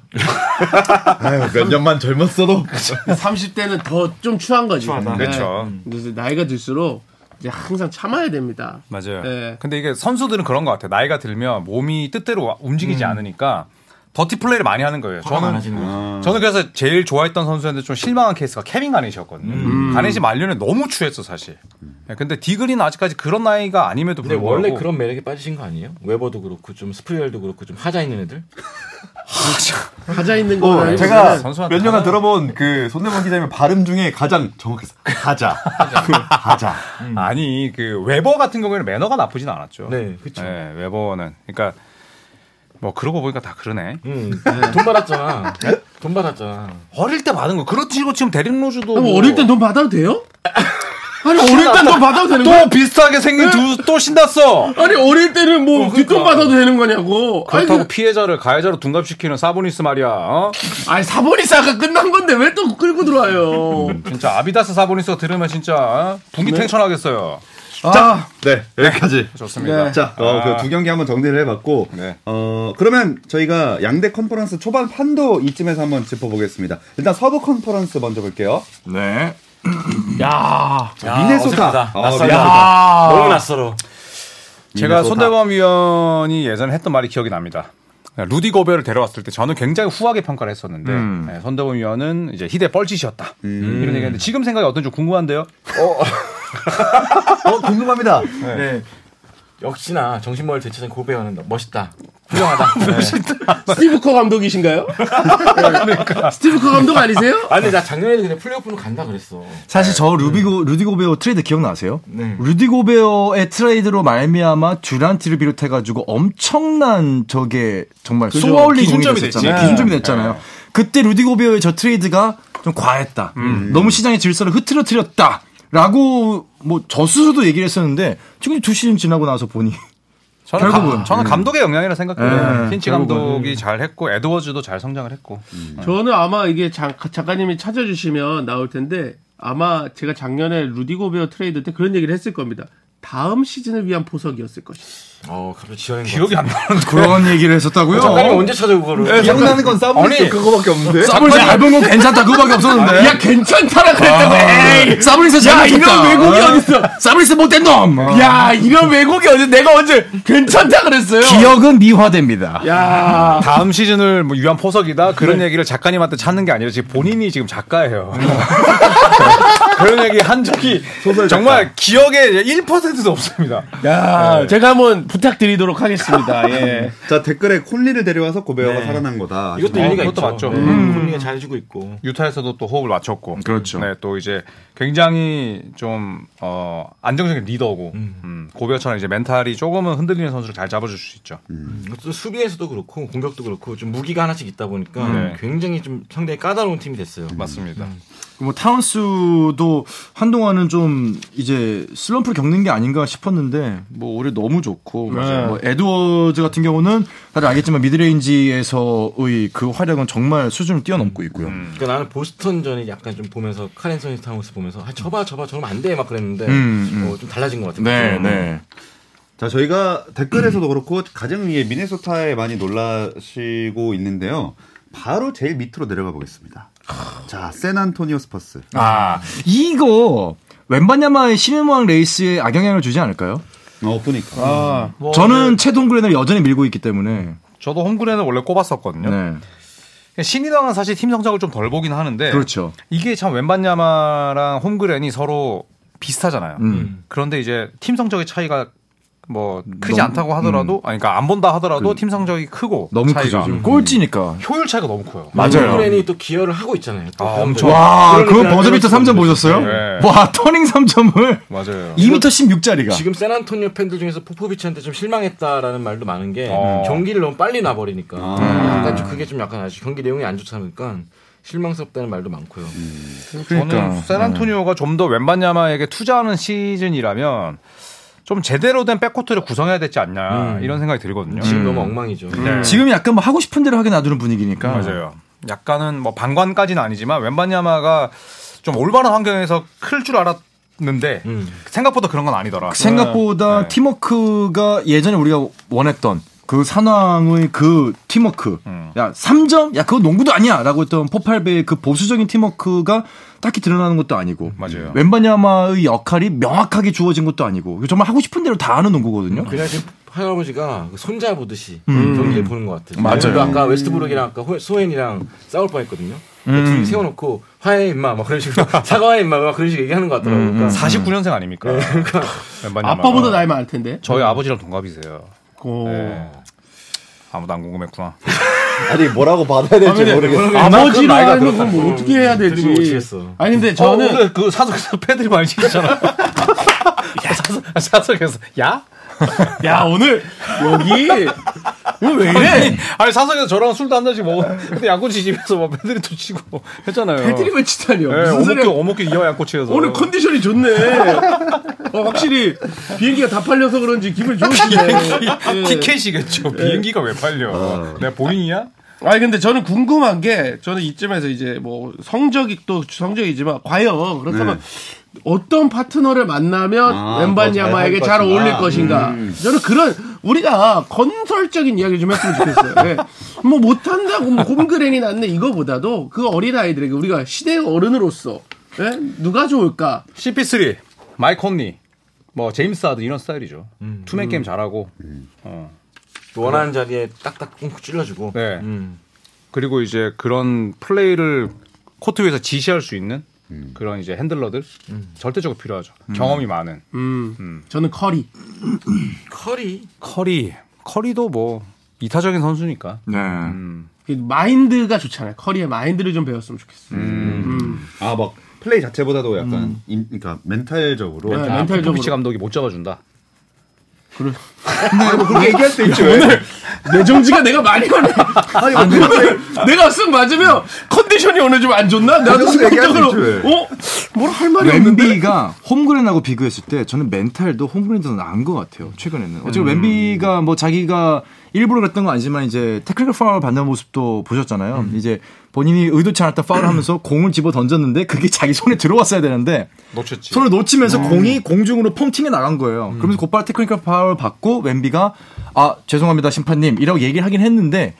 [SPEAKER 1] 아유, 몇 년만 젊었어도
[SPEAKER 3] 30대는 더 좀 추한 거지.
[SPEAKER 5] 추하다.
[SPEAKER 3] 예,
[SPEAKER 2] 그렇죠.
[SPEAKER 3] 그래서 나이가 들수록 이제 항상 참아야 됩니다.
[SPEAKER 2] 맞아요.
[SPEAKER 3] 예.
[SPEAKER 2] 네. 근데 이게 선수들은 그런 것 같아요. 나이가 들면 몸이 뜻대로 와- 움직이지 않으니까 더티 플레이를 많이 하는 거예요.
[SPEAKER 5] 음. 화가
[SPEAKER 2] 저는
[SPEAKER 5] 그
[SPEAKER 4] 뭐.
[SPEAKER 5] 많아지는 거죠. 음.
[SPEAKER 2] 저는 그래서 제일 좋아했던 선수였는데 좀 실망한 케이스가 케빈 가넷이었거든요.
[SPEAKER 5] 음.
[SPEAKER 2] 가넷이 말년에 너무 추했어 사실. 예, 근데 디그리는 아직까지 그런 나이가 아님에도
[SPEAKER 5] 근데
[SPEAKER 2] 불구하고
[SPEAKER 5] 원래 그런 매력에 빠지신 거 아니에요? 웨버도 그렇고 좀 스프리얼도 그렇고 좀 하자 있는 애들.
[SPEAKER 3] 가자 있는 거.
[SPEAKER 1] 어, 제가
[SPEAKER 2] 아, 선수한테
[SPEAKER 1] 몇 년간 들어본 그 손대범 기자님의 발음 중에 가장 정확했어. 가자. 그 가자.
[SPEAKER 2] 아니 그 웨버 같은 경우에는 매너가 나쁘진 않았죠.
[SPEAKER 5] 네, 그쵸.
[SPEAKER 4] 아.
[SPEAKER 2] 예, 웨버는 그러니까 뭐 그러고 보니까 다 그러네.
[SPEAKER 5] 음, 돈 받았잖아. 네? 돈 받았잖아.
[SPEAKER 2] 어릴 때 받은 거 그렇지고 지금 데릭 로즈도
[SPEAKER 3] 아니, 뭐 어릴 땐 돈 받아도 돼요? 아니 어릴 땐 돈 받아도 되는 거야?
[SPEAKER 2] 또뭐 비슷하게
[SPEAKER 3] 네.
[SPEAKER 2] 생긴 두 또 신났어.
[SPEAKER 3] 아니 어릴 때는 뭐 뒷돈 받아도 되는 거냐고. 아니, 그-
[SPEAKER 2] 그렇다고 피해자를 가해자로 둔갑시키는 사보니스 말이야. 어?
[SPEAKER 3] 아니 사보니스 아까 끝난 건데 왜 또 끌고 들어와요?
[SPEAKER 2] 진짜 아비다스 사보니스 들으면 진짜 어?
[SPEAKER 3] 네.
[SPEAKER 2] 분기탱천하겠어요.
[SPEAKER 1] 자, 네 여기까지.
[SPEAKER 2] 아.
[SPEAKER 3] 네.
[SPEAKER 2] 좋습니다.
[SPEAKER 1] 자, 어, 그두 경기 한번 정리를 해봤고,
[SPEAKER 2] 네.
[SPEAKER 1] 어 그러면 저희가 양대 컨퍼런스 초반 판도 이쯤에서 한번 짚어보겠습니다. 일단 서부 컨퍼런스 먼저 볼게요.
[SPEAKER 4] 네.
[SPEAKER 1] 미네소타.
[SPEAKER 2] 어,
[SPEAKER 1] 아, 미네소타.
[SPEAKER 5] 아, 너무 낯설어.
[SPEAKER 2] 제가
[SPEAKER 1] 미네소타.
[SPEAKER 2] 음, 손대범 위원이 예전에 했던 말이 기억이 납니다. 루디 고베를 데려왔을 때 저는 굉장히 후하게 평가를 했었는데 예, 손대범 위원은 이제 희대 뻘짓이었다 이런 얘기했는데 지금 생각이 어떤지 궁금한데요.
[SPEAKER 1] 어 궁금합니다.
[SPEAKER 5] 네. 역시나 정신머리 대체장 고배하는 멋있다. 훌륭하다. 네.
[SPEAKER 3] 스티브 커 감독이신가요?
[SPEAKER 2] 그러니까.
[SPEAKER 3] 스티브 커 감독 아니세요?
[SPEAKER 5] 아니 나 작년에도 그냥 플레이오프로 간다 그랬어.
[SPEAKER 4] 사실 저 루비고 루디 고베어 트레이드 기억나세요?
[SPEAKER 5] 네.
[SPEAKER 4] 루디 고베어의 트레이드로 말미암아 듀란트를 비롯해 가지고 엄청난 저게 정말 쏘아올린 공이 네.
[SPEAKER 2] 기준점이
[SPEAKER 4] 됐었잖아요.
[SPEAKER 2] 됐지.
[SPEAKER 4] 기준점이 됐잖아요. 그때 루디 고베어의 저 트레이드가 좀 과했다. 너무 시장의 질서를 흐트러뜨렸다. 라고 뭐 저 스스로도 얘기를 했었는데 지금 두 시즌 지나고 나서 보니
[SPEAKER 2] 저는,
[SPEAKER 4] 결국은.
[SPEAKER 2] 감, 저는 감독의 영향이라 생각해요. 음.
[SPEAKER 4] 네,
[SPEAKER 2] 힌치
[SPEAKER 4] 결국은.
[SPEAKER 2] 음. 감독이 잘했고 에드워즈도 잘 성장을 했고 음.
[SPEAKER 3] 저는 아마 이게 장- 작가님이 찾아주시면 나올 텐데 아마 제가 작년에 루디 고베어 트레이드 때 그런 얘기를 했을 겁니다. 다음 시즌을 위한 포석이었을 것이다.
[SPEAKER 5] 어, 갑자기 지어낸 거.
[SPEAKER 2] 기억이 안 나는
[SPEAKER 4] 그런 얘기를 했었다고요?
[SPEAKER 5] 작가님 언제 찾아 그거를?
[SPEAKER 1] 기억나는 건 사보니스
[SPEAKER 2] 아니.
[SPEAKER 1] 그거밖에 없는데.
[SPEAKER 4] 사브리스 얇은 건 괜찮다 그거밖에 없었는데 야
[SPEAKER 3] 괜찮다라 그랬다고. 에이.
[SPEAKER 4] 사브리스
[SPEAKER 3] 야,
[SPEAKER 4] 잘못했다
[SPEAKER 3] 이런 외국이 어딨어?
[SPEAKER 4] 사브리스 못된 놈 어.
[SPEAKER 3] 야, 이런 왜곡이 어제 내가 언제 괜찮다 그랬어요?
[SPEAKER 4] 기억은 미화됩니다
[SPEAKER 3] 야,
[SPEAKER 2] 다음 시즌을 뭐 위한 포석이다 그런 얘기를 작가님한테 찾는 게 아니라 지금 본인이 지금 작가예요. 그런 얘기 한 적이 정말 기억에 1%도 없습니다.
[SPEAKER 3] 야,
[SPEAKER 4] 네.
[SPEAKER 3] 제가 한번 부탁드리도록 하겠습니다. 예.
[SPEAKER 1] 자 네. 댓글에 콜리를 데려와서 고베어가 살아난 거다.
[SPEAKER 5] 이것도
[SPEAKER 2] 어,
[SPEAKER 5] 일리가
[SPEAKER 2] 그것도 맞죠.
[SPEAKER 5] 있죠. 네.
[SPEAKER 2] 음.
[SPEAKER 5] 분위기가 잘해주고 있고.
[SPEAKER 2] 유타에서도 또 호흡을 맞췄고,
[SPEAKER 4] 그렇죠.
[SPEAKER 2] 네, 또 이제 굉장히 좀 어, 안정적인 리더고 음, 고베어처럼 이제 멘탈이 조금은 흔들리는 선수를 잘 잡아줄 수 있죠.
[SPEAKER 4] 음.
[SPEAKER 5] 또 수비에서도 그렇고 공격도 그렇고 좀 무기가 하나씩 있다 보니까
[SPEAKER 2] 네.
[SPEAKER 5] 굉장히 좀 상당히 까다로운 팀이 됐어요.
[SPEAKER 2] 맞습니다.
[SPEAKER 4] 뭐 타운스도 한동안은 좀 이제 슬럼프를 겪는 게 아닌가 싶었는데 뭐 올해 너무 좋고
[SPEAKER 3] 네.
[SPEAKER 4] 뭐 에드워즈 같은 경우는 다들 알겠지만 미드레인지에서의 그 활약은 정말 수준을 뛰어넘고 있고요.
[SPEAKER 3] 음.
[SPEAKER 5] 그러니까 나는 보스턴전이 약간 좀 보면서 카렌소니 타운스 보면서 아 쳐봐 쳐봐 저러면 안 돼 막 그랬는데
[SPEAKER 4] 음, 음.
[SPEAKER 5] 어, 좀 달라진 것 같아요.
[SPEAKER 4] 네,
[SPEAKER 5] 음.
[SPEAKER 4] 네.
[SPEAKER 1] 자, 저희가 댓글에서도 그렇고 가장 위에 미네소타에 많이 놀라시고 있는데요. 바로 제일 밑으로 내려가 보겠습니다. 자, 샌안토니오 스퍼스.
[SPEAKER 4] 아 이거 웬바냐마의 신인왕 레이스에 악영향을 주지 않을까요?
[SPEAKER 1] 어, 보니까.
[SPEAKER 4] 저는 최동그랜을 여전히 밀고 있기 때문에
[SPEAKER 2] 저도 홈그랜을 원래 꼽았었거든요.
[SPEAKER 4] 네.
[SPEAKER 2] 신인왕은 사실 팀 성적을 좀 덜 보긴 하는데
[SPEAKER 4] 그렇죠.
[SPEAKER 2] 이게 참 웬반야마랑 홈그랜이 서로 비슷하잖아요.
[SPEAKER 4] 음.
[SPEAKER 2] 그런데 이제 팀 성적의 차이가 뭐 크지 않다고 하더라도 아니 그러니까 안 본다 하더라도 팀 성적이 크고
[SPEAKER 4] 음. 너무
[SPEAKER 2] 차이가. 음.
[SPEAKER 4] 크죠. 지금 꼴찌니까.
[SPEAKER 2] 효율 차이가 너무 커요.
[SPEAKER 5] 홈그랜이 또 기여를 하고 있잖아요. 또
[SPEAKER 2] 아,
[SPEAKER 5] 그런
[SPEAKER 2] 엄청.
[SPEAKER 5] 데는.
[SPEAKER 4] 와, 그
[SPEAKER 5] 그러니까
[SPEAKER 4] 버저비터
[SPEAKER 5] 그런
[SPEAKER 4] 3점
[SPEAKER 5] 거죠.
[SPEAKER 4] 보셨어요?
[SPEAKER 2] 네.
[SPEAKER 4] 와, 터닝 3점을
[SPEAKER 2] 맞아요.
[SPEAKER 4] 2m 16짜리가.
[SPEAKER 5] 지금 세난토니오 팬들 중에서 포포비치한테 좀 실망했다라는 말도 많은 게
[SPEAKER 2] 어.
[SPEAKER 5] 경기를 너무 빨리 놔버리니까 음, 약간 좀 그게 좀 약간 아쉬 경기 내용이 안 좋다 보니까 실망스럽다는 말도 많고요.
[SPEAKER 4] 그러니까.
[SPEAKER 2] 저는 샌안토니오가 좀 더 웬반야마에게 투자하는 시즌이라면 좀 제대로 된 백코트를 구성해야 되지 않냐 이런 생각이 들거든요. 음.
[SPEAKER 5] 지금 너무 엉망이죠.
[SPEAKER 4] 지금 약간 뭐 하고 싶은 대로 하게 놔두는 분위기니까.
[SPEAKER 2] 맞아요. 약간은 뭐 방관까지는 아니지만 웬반야마가 좀 올바른 환경에서 클 줄 알았는데 생각보다 그런 건 아니더라.
[SPEAKER 4] 생각보다
[SPEAKER 2] 네.
[SPEAKER 4] 팀워크가 예전에 우리가 원했던 그 산왕의 그 팀워크.
[SPEAKER 2] 음.
[SPEAKER 4] 야, 3점? 야, 그거 농구도 아니야! 라고 했던 포팔베의 그 보수적인 팀워크가 딱히 드러나는 것도 아니고.
[SPEAKER 2] 맞아요.
[SPEAKER 4] 웬바냐마의 역할이 명확하게 주어진 것도 아니고. 정말 하고 싶은 대로 다 하는 농구거든요.
[SPEAKER 2] 음.
[SPEAKER 5] 그냥 지금 할아버지가 그 손자 보듯이 경기를 보는 것 같아요.
[SPEAKER 4] 맞아요.
[SPEAKER 5] 그리고 아까 웨스트브룩이랑 아까 호- 소엔이랑 싸울 뻔했거든요. 둘이 세워놓고 화해 임마 막 그런 식으로 사과해 임마 막 그런 식으로 얘기하는 것 같더라고요. 그러니까
[SPEAKER 2] 네. 49년생 아닙니까? 네. 그 웬반야마가.
[SPEAKER 3] 아빠보다 나이 많을 텐데.
[SPEAKER 2] 저희 아버지랑 동갑이세요.
[SPEAKER 3] 오.
[SPEAKER 2] 아무도 안 궁금했구나.
[SPEAKER 6] 아니 뭐라고 받아야 될지 모르겠어.
[SPEAKER 3] 아버지라 하면 그럼 뭐 어떻게 해야 되지?
[SPEAKER 5] 들으면 어떡했어.
[SPEAKER 3] 아니 근데 저는
[SPEAKER 2] 그 사석에서 패들이 많이 시켰잖아. 사석, 사석에서 야?
[SPEAKER 3] 야 오늘 여기 오늘 왜 이래?
[SPEAKER 2] 아니 사석에서 저랑 술도 한 잔씩 먹어. 근데 양꼬치 집에서 막 패들이 또 치고 했잖아요.
[SPEAKER 3] 패드립을 치다니요.
[SPEAKER 2] 예,
[SPEAKER 3] 뭐 무슨 소리야?
[SPEAKER 2] 어묵교 어묵교 이어 양꼬치에서
[SPEAKER 3] 오늘 컨디션이 좋네. 어, 확실히 비행기가 다 팔려서 그런지 기분 좋으시네.
[SPEAKER 2] 티켓이겠죠.
[SPEAKER 3] 예.
[SPEAKER 2] 비행기가 왜 팔려?
[SPEAKER 3] 아.
[SPEAKER 2] 내가 보잉이야?
[SPEAKER 3] 아니 근데 저는 궁금한 게 저는 이쯤에서 이제 뭐 성적이 또 성적이지만 과연 그렇다면 어떤 파트너를 만나면
[SPEAKER 6] 네. 아,
[SPEAKER 3] 웬반야마에게
[SPEAKER 6] 더잘
[SPEAKER 3] 잘
[SPEAKER 6] 것인가. 음.
[SPEAKER 3] 어울릴 것인가. 저는 그런 우리가 건설적인 이야기 좀 했으면 좋겠어요. 예. 뭐 못한다고 뭐 홈그랜이 났네 이거보다도 그 어린 아이들에게 우리가 시대의 어른으로서 예? 누가 좋을까?
[SPEAKER 2] CP3, 마이크 언니, 뭐 제임스 하든 이런 스타일이죠.
[SPEAKER 3] 음,
[SPEAKER 2] 투맨 게임 잘하고.
[SPEAKER 5] 원하는 자리에 딱딱 꽁꽁 찔러주고.
[SPEAKER 2] 네.
[SPEAKER 5] 음.
[SPEAKER 2] 그리고 이제 그런 플레이를 코트 위에서 지시할 수 있는
[SPEAKER 3] 음.
[SPEAKER 2] 그런 이제 핸들러들 절대적으로 필요하죠. 경험이 많은.
[SPEAKER 3] 음. 저는 커리.
[SPEAKER 5] 커리
[SPEAKER 2] 커리, 커리도 뭐 이타적인 선수니까.
[SPEAKER 4] 네.
[SPEAKER 2] 음.
[SPEAKER 3] 그 마인드가 좋잖아요. 커리의 마인드를 좀 배웠으면 좋겠어요.
[SPEAKER 1] 아 막 플레이 자체보다도 약간 인- 그러니까 멘탈적으로
[SPEAKER 3] 네,
[SPEAKER 2] 아,
[SPEAKER 3] 멘탈적으로.
[SPEAKER 2] 포피치 감독이 못 잡아준다. 아,
[SPEAKER 1] 그렇게 얘기할 수 있지 왜?
[SPEAKER 3] 내 정지가 내가 많이 걸려.
[SPEAKER 1] 아니 근데
[SPEAKER 3] 내가 쓱 맞으면 컨디션이 오늘 좀 안 좋나?
[SPEAKER 1] 그
[SPEAKER 3] 나도
[SPEAKER 1] 정도 얘기할 수
[SPEAKER 3] 순간적으로
[SPEAKER 1] 있지,
[SPEAKER 3] 어? 뭘 할 말이 없는데?
[SPEAKER 4] 웬비가 홈그랜하고 비교했을 때 저는 멘탈도 홈그랜보다 나은 것 같아요. 최근에는 어차피
[SPEAKER 3] 음.
[SPEAKER 4] 웬비가 뭐 자기가 일부러 그랬던 건 아니지만 이제 태클 파울 받는 모습도 보셨잖아요.
[SPEAKER 3] 음.
[SPEAKER 4] 이제 본인이 의도치 않았던 파울하면서 공을 집어 던졌는데 그게 자기 손에 들어왔어야 되는데
[SPEAKER 2] 놓쳤지.
[SPEAKER 4] 손을 놓치면서
[SPEAKER 3] 음.
[SPEAKER 4] 공이 공중으로 펌팅해 나간 거예요.
[SPEAKER 5] 음.
[SPEAKER 4] 그러면서 곧바로 테크니컬 파울 받고 웬비가 아 죄송합니다 심판님 이라고 얘기를 하긴 했는데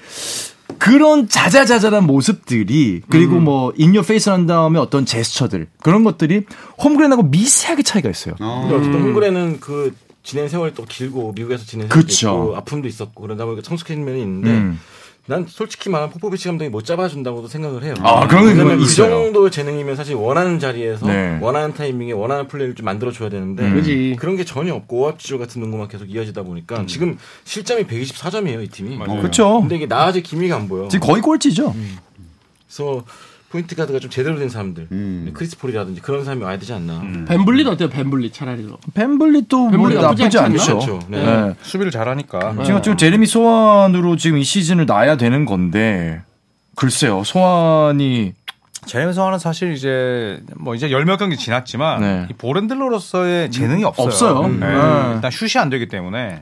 [SPEAKER 4] 그런 자자자잘한 모습들이 그리고
[SPEAKER 5] 음.
[SPEAKER 4] 뭐 인요 페이스한 다음에 어떤 제스처들 그런 것들이 홈그랜하고 미세하게 차이가 있어요.
[SPEAKER 5] 근데 어쨌든
[SPEAKER 4] 음.
[SPEAKER 5] 홈그레는 그 지낸 세월이 또 길고 미국에서 지낸 세월도
[SPEAKER 4] 그쵸.
[SPEAKER 5] 있고 아픔도 있었고 그러다 보니까 성숙해진 면이 있는데
[SPEAKER 4] 음.
[SPEAKER 5] 난 솔직히 말하면 포포비치 감독이 못 잡아준다고도 생각을 해요.
[SPEAKER 4] 아, 그런 의견이
[SPEAKER 5] 왜냐면 그
[SPEAKER 4] 있어요.
[SPEAKER 5] 정도의 재능이면 사실 원하는 자리에서
[SPEAKER 4] 네. 음.
[SPEAKER 5] 원하는 타이밍에 원하는 플레이를 좀 만들어줘야 되는데
[SPEAKER 3] 그지.
[SPEAKER 5] 그런 게 전혀 없고 오합지졸 같은 농구만 계속 이어지다 보니까
[SPEAKER 4] 음.
[SPEAKER 5] 지금 실점이 124점이에요 이 팀이.
[SPEAKER 3] 네.
[SPEAKER 4] 그렇죠.
[SPEAKER 5] 근데 이게 나아질 기미가 안 보여.
[SPEAKER 4] 지금 거의 꼴찌죠.
[SPEAKER 3] 음.
[SPEAKER 5] 그래서 포인트 가드가 좀 제대로 된 사람들,
[SPEAKER 4] 음.
[SPEAKER 5] 네, 크리스폴이라든지 그런 사람이 와야 되지 않나.
[SPEAKER 3] 뱀블릿 어때요? 뱀블릿 차라리 로
[SPEAKER 4] 펜블리 또뭐
[SPEAKER 3] 펜블리 나쁘지 네.
[SPEAKER 4] 나쁘지
[SPEAKER 3] 않잖아요.
[SPEAKER 4] 않죠.
[SPEAKER 5] 그렇죠. 네.
[SPEAKER 4] 네.
[SPEAKER 2] 수비를 잘하니까.
[SPEAKER 4] 지금 지금 제레미 소환으로 지금 이 시즌을 놔야 되는 건데 글쎄요 소환이
[SPEAKER 2] 제임스 하는 사실 이제 뭐 이제 열몇 경기 지났지만
[SPEAKER 4] 네.
[SPEAKER 2] 이 보른들로서의 재능이 없어요.
[SPEAKER 4] 없어요.
[SPEAKER 2] 네.
[SPEAKER 4] 음.
[SPEAKER 2] 일단 슛이 안 되기 때문에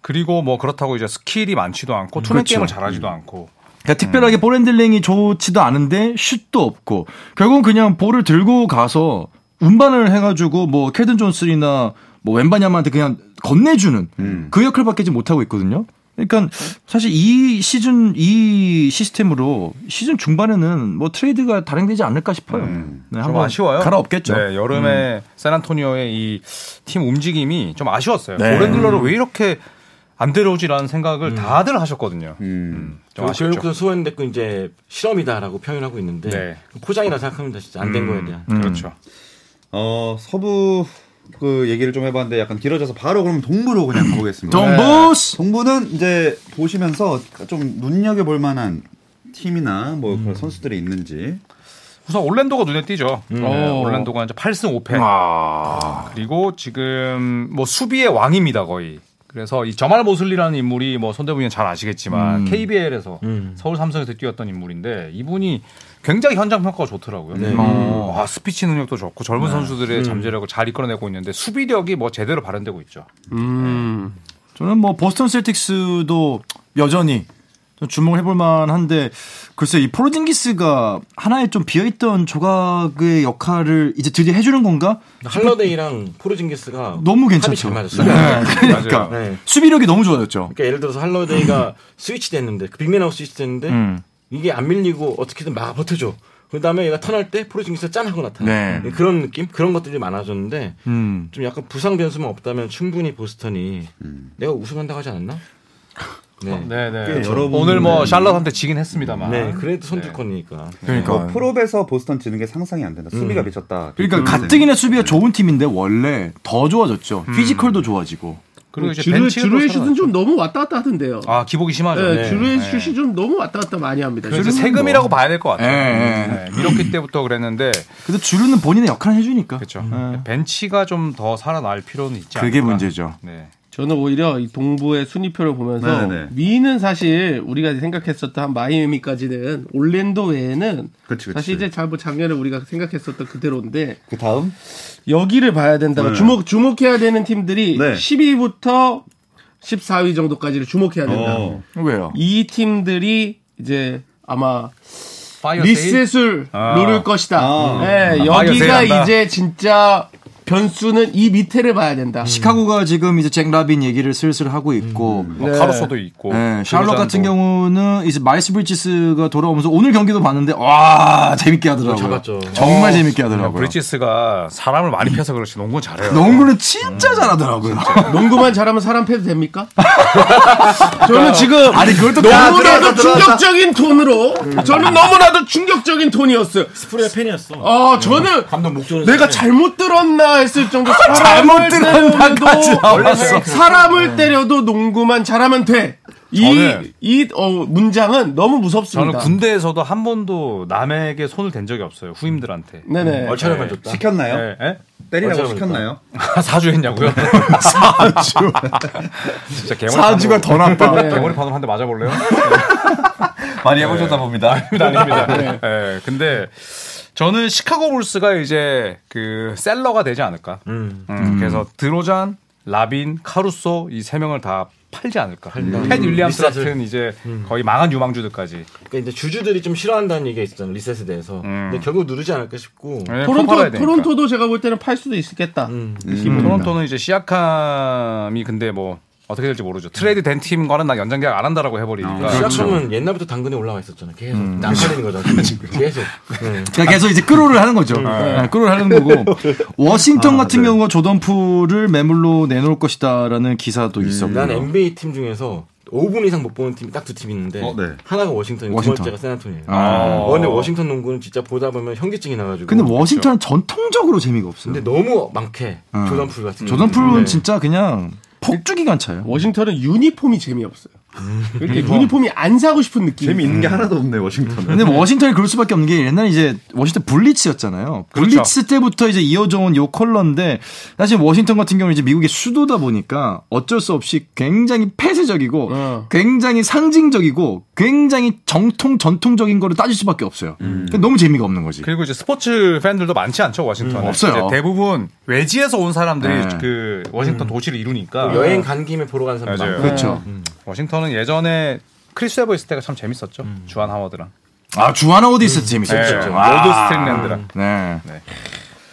[SPEAKER 2] 그리고 뭐 그렇다고 이제 스킬이 많지도 않고 투맨
[SPEAKER 4] 그렇죠.
[SPEAKER 2] 게임을 잘하지도 않고
[SPEAKER 4] 그러니까
[SPEAKER 2] 음.
[SPEAKER 4] 특별하게 볼 핸들링이 좋지도 않은데 슛도 없고 결국은 그냥 볼을 들고 가서 운반을 해가지고 뭐 캐든 존슨이나 뭐 웬바냐마한테 그냥 건네주는
[SPEAKER 2] 음.
[SPEAKER 4] 그 역할밖에 지금 못하고 있거든요. 그러니까 사실 이 시즌 이 시스템으로 시즌 중반에는 뭐 트레이드가 단행되지 않을까 싶어요. 네,
[SPEAKER 2] 음. 좀 아쉬워요.
[SPEAKER 4] 갈아엎겠죠. 음.
[SPEAKER 2] 네, 여름에 샌안토니오의 이 팀 움직임이 좀 아쉬웠어요.
[SPEAKER 4] 네. 음.
[SPEAKER 2] 보른들로를 왜 이렇게 안 데려오지라는 생각을 다들 하셨거든요. 음, 좀
[SPEAKER 5] 저
[SPEAKER 2] 아쉽죠.
[SPEAKER 5] 교육부서 소환됐고 이제 실험이다라고 표현하고 있는데
[SPEAKER 2] 네. 음.
[SPEAKER 4] 음.
[SPEAKER 5] 포장이라 생각합니다. 진짜 안 된 거에 대한.
[SPEAKER 2] 그렇죠.
[SPEAKER 1] 어 서부 그 얘기를 좀 해봤는데 약간 길어져서 바로 그럼 동부로 그냥 가보겠습니다.
[SPEAKER 2] 네.
[SPEAKER 1] 네.
[SPEAKER 4] 동보스.
[SPEAKER 1] 동부는 이제 보시면서 좀 눈여겨 볼 만한 팀이나 뭐 그런 선수들이 있는지
[SPEAKER 2] 우선 올란도가 눈에 띄죠.
[SPEAKER 4] 음.
[SPEAKER 2] 네,
[SPEAKER 4] 어.
[SPEAKER 2] 올란도가 이제 8승 5패.
[SPEAKER 4] 아,
[SPEAKER 2] 아. 그리고 지금 뭐 수비의 왕입니다 거의. 그래서 이 저말 모슬리라는 인물이 뭐 손대부님 잘 아시겠지만 KBL에서 서울 삼성에서 뛰었던 인물인데 이분이 굉장히 현장 평가가 좋더라고요. 음. 아, 스피치 능력도 좋고 젊은 선수들의 잠재력을 잘 이끌어내고 있는데 수비력이 뭐 제대로 발현되고 있죠.
[SPEAKER 3] 음.
[SPEAKER 2] 네.
[SPEAKER 4] 저는 뭐 보스턴 셀틱스도 여전히 좀 주목을 해볼 만한데 글쎄 이 포르징기스가 하나의 좀 비어있던 조각의 역할을 이제 드디어 해주는 건가?
[SPEAKER 5] 할러데이랑 포르징기스가
[SPEAKER 4] 너무
[SPEAKER 5] 합이
[SPEAKER 4] 괜찮죠.
[SPEAKER 5] 잘 맞았어요.
[SPEAKER 4] 네,
[SPEAKER 2] 맞아요.
[SPEAKER 4] 그러니까
[SPEAKER 5] 네.
[SPEAKER 4] 수비력이 너무 좋아졌죠.
[SPEAKER 5] 그러니까 예를 들어서 할러데이가 스위치 됐는데 그 빅맨하고 스위치 됐는데
[SPEAKER 4] 음.
[SPEAKER 5] 이게 안 밀리고 어떻게든 막 버텨줘. 그 다음에 얘가 턴할 때 포르징기스가 짠하고 나타나.
[SPEAKER 4] 네.
[SPEAKER 5] 그런 느낌 그런 것들이 많아졌는데
[SPEAKER 4] 음.
[SPEAKER 5] 좀 약간 부상 변수만 없다면 충분히 보스턴이 내가 우승한다고 하지 않았나? 네.
[SPEAKER 2] 네, 네.
[SPEAKER 1] 꽤 여러
[SPEAKER 2] 오늘 뭐
[SPEAKER 1] 분들이-
[SPEAKER 2] 샬럿한테 지긴 했습니다만.
[SPEAKER 5] 네, 그래도 선두권이니까. 뭐
[SPEAKER 1] 아.
[SPEAKER 4] 그러니까
[SPEAKER 1] 어, 프로에서 보스턴 지는 게 상상이 안 된다. 음. 수비가 미쳤다.
[SPEAKER 4] 그러니까
[SPEAKER 5] 네.
[SPEAKER 4] 가뜩이나 수비가 좋은 팀인데 원래 더 좋아졌죠. 피지컬도 좋아지고.
[SPEAKER 2] 그리고 이제
[SPEAKER 3] 주루의
[SPEAKER 2] 벤치가 또
[SPEAKER 3] 주루의 슛은
[SPEAKER 2] 살아났죠.
[SPEAKER 3] 좀 너무 왔다 갔다 하던데요.
[SPEAKER 2] 아 기복이 심하죠.
[SPEAKER 3] 네,
[SPEAKER 5] 네.
[SPEAKER 3] 주루의 슛이 좀 너무 왔다 갔다 많이 합니다.
[SPEAKER 2] 그래서
[SPEAKER 3] 주루는
[SPEAKER 2] 세금이라고 봐야 될 것 같아요.
[SPEAKER 4] 예,
[SPEAKER 2] 네, 밀었기 때부터 그랬는데
[SPEAKER 4] 근데 주루는 본인의 역할을 해주니까.
[SPEAKER 2] 그렇죠. 벤치가 좀 더 살아날 필요는 있지 않나.
[SPEAKER 4] 네. 그게 문제죠.
[SPEAKER 2] 네.
[SPEAKER 3] 저는 오히려 이 동부의 순위표를 보면서
[SPEAKER 1] 네네.
[SPEAKER 3] 미는 사실 우리가 생각했었던 마이애미까지는 올랜도 외에는
[SPEAKER 1] 그치, 그치.
[SPEAKER 3] 사실 이제 잘뭐 작년에 우리가 생각했었던 그대로인데
[SPEAKER 1] 그 다음
[SPEAKER 3] 여기를 봐야 된다고
[SPEAKER 1] 네.
[SPEAKER 3] 주목 주목해야 되는 팀들이
[SPEAKER 1] 네.
[SPEAKER 3] 10위부터 14위 정도까지를 주목해야 된다.
[SPEAKER 1] 어.
[SPEAKER 4] 왜요?
[SPEAKER 3] 이 팀들이 이제 아마
[SPEAKER 2] 파이어 세일?
[SPEAKER 3] 리셋을
[SPEAKER 2] 아.
[SPEAKER 3] 노릴 것이다.
[SPEAKER 1] 아.
[SPEAKER 3] 예,
[SPEAKER 2] 아,
[SPEAKER 3] 여기가
[SPEAKER 2] 파이어 세일한다.
[SPEAKER 3] 이제 진짜 변수는 이 밑에를 봐야 된다.
[SPEAKER 4] 시카고가 지금 이제 잭 라빈 얘기를 슬슬 하고 있고
[SPEAKER 5] 음.
[SPEAKER 2] 뭐
[SPEAKER 3] 네.
[SPEAKER 2] 카루소도 있고. 뭐
[SPEAKER 4] 네, 샬럿 같은
[SPEAKER 2] 조르잔도.
[SPEAKER 4] 경우는 이제 마이스 브리지스가 돌아오면서 오늘 경기도 봤는데 와 재밌게 하더라고요.
[SPEAKER 5] 잡았죠.
[SPEAKER 4] 정말 재밌게 하더라고요.
[SPEAKER 2] 브리지스가 사람을 많이 펴서 그렇지 농구 는 잘해요.
[SPEAKER 4] 음. 농구는 진짜 잘하더라고요.
[SPEAKER 3] 농구만 잘하면 사람 패도 됩니까? 저는 지금
[SPEAKER 4] 아니 그걸 또
[SPEAKER 3] 너무나도 충격적인 톤으로 저는 너무나도 충격적인 톤이었어요.
[SPEAKER 5] 프로의 팬이었어.
[SPEAKER 3] 아 저는
[SPEAKER 5] 네. 감독 목적으로
[SPEAKER 3] 내가 잘못 들었나 했을 정도
[SPEAKER 4] 잘못
[SPEAKER 3] 사람을
[SPEAKER 4] 들었나까지
[SPEAKER 3] 때려도
[SPEAKER 4] 나왔어.
[SPEAKER 3] 사람을 때려도 농구만 잘하면 돼.
[SPEAKER 2] 저는-
[SPEAKER 3] 이이어 문장은 너무
[SPEAKER 2] 저는
[SPEAKER 3] 무섭습니다.
[SPEAKER 2] 군대에서도 한 번도 남에게 손을 댄 적이 없어요. 후임들한테.
[SPEAKER 4] 음.
[SPEAKER 3] 네네.
[SPEAKER 5] 얼차려만 줬다.
[SPEAKER 1] 시켰나요?
[SPEAKER 2] 네, 예?
[SPEAKER 1] 때리라고
[SPEAKER 5] 어쩌면
[SPEAKER 1] 시켰나요?
[SPEAKER 2] 사주 했냐고요? 사주. 진짜 개머리
[SPEAKER 4] 사주가 더 나빠.
[SPEAKER 2] 네. 개머리 파도 한대 맞아볼래요?
[SPEAKER 1] 많이 해보셨다 봅니다.
[SPEAKER 2] 아닙니다, 아닙니다.
[SPEAKER 4] 네.
[SPEAKER 2] 예. 근데 저는 시카고 불스가 이제 그 셀러가 되지 않을까. 음, 그래서 드로잔, 라빈, 카루소 이 세 명을 다 팔지 않을까. 팬 윌리엄스
[SPEAKER 5] 리셋을.
[SPEAKER 2] 같은 이제 거의 망한 유망주들까지.
[SPEAKER 5] 그러니까 이제 주주들이 좀 싫어한다는 얘기가 있었잖아 리셋에 대해서. 근데 결국 누르지 않을까 싶고.
[SPEAKER 2] 네, 폭발해야
[SPEAKER 3] 토론토
[SPEAKER 2] 되니까. 음.
[SPEAKER 3] 토론토도 제가 볼 때는 팔 수도 있겠다.
[SPEAKER 2] 토론토는 이제 시약함이 근데 뭐 어떻게 될지 모르죠. 트레이드 된 팀과는 나 연장 계약 안 한다라고
[SPEAKER 5] 아,
[SPEAKER 2] 해버리니까.
[SPEAKER 5] 시작하면 옛날부터 당근에 올라와 있었잖아. 계속 남팔리는 거죠. 계속. 네.
[SPEAKER 4] 그러니까 계속 이제 끌어를 하는 거죠. 네, 끌어를 하는 거고 워싱턴 같은 경우가 조던 풀을 매물로 내놓을 것이다라는 기사도 있었고.
[SPEAKER 5] 네. 난 NBA 팀 중에서 5분 이상 못 보는 팀이 딱 두 팀 있는데
[SPEAKER 1] 어, 네.
[SPEAKER 5] 하나가 워싱턴이고
[SPEAKER 4] 워싱턴.
[SPEAKER 5] 두 번째가 세나토니에요.
[SPEAKER 4] 아.
[SPEAKER 5] 어, 근데 워싱턴 농구는 진짜 보다 보면 현기증이 나가지고.
[SPEAKER 4] 근데 워싱턴은 전통적으로 재미가 없어요.
[SPEAKER 5] 근데 너무 많게
[SPEAKER 4] 음.
[SPEAKER 5] 조던 풀 같은.
[SPEAKER 4] 조던 풀은
[SPEAKER 5] 네.
[SPEAKER 4] 진짜 그냥 폭주기간 차요.
[SPEAKER 3] 워싱턴은 유니폼이 재미없어요. 이렇게 유니폼이 안 사고 싶은 느낌.
[SPEAKER 1] 재미있는 게 하나도 없네 워싱턴은.
[SPEAKER 4] 근데 뭐 워싱턴이 그럴 수밖에 없는 게 옛날에 이제 워싱턴 블리츠였잖아요. 블리츠 때부터 이제 이어져 온 요 컬러인데 사실 워싱턴 같은 경우는 이제 미국의 수도다 보니까 어쩔 수 없이 굉장히 폐쇄적이고
[SPEAKER 3] 어.
[SPEAKER 4] 굉장히 상징적이고 굉장히 정통 전통적인 거를 따질 수밖에 없어요. 그러니까 너무 재미가 없는 거지.
[SPEAKER 2] 그리고 이제 스포츠 팬들도 많지 않죠 워싱턴.
[SPEAKER 4] 음, 없어요.
[SPEAKER 2] 대부분 외지에서 온 사람들이
[SPEAKER 4] 네.
[SPEAKER 2] 그 워싱턴 도시를 이루니까.
[SPEAKER 5] 어, 여행 간 김에 보러 가는 사람
[SPEAKER 2] 맞아요.
[SPEAKER 5] 많고.
[SPEAKER 4] 그렇죠.
[SPEAKER 2] 워싱턴은 예전에 크리스 에버 있을 때가 참 재밌었죠. 주한 하워드랑.
[SPEAKER 4] 아 주하나 오디스 재밌었죠.
[SPEAKER 2] 네,
[SPEAKER 4] 아.
[SPEAKER 2] 월드 스트링랜드랑.
[SPEAKER 4] 네.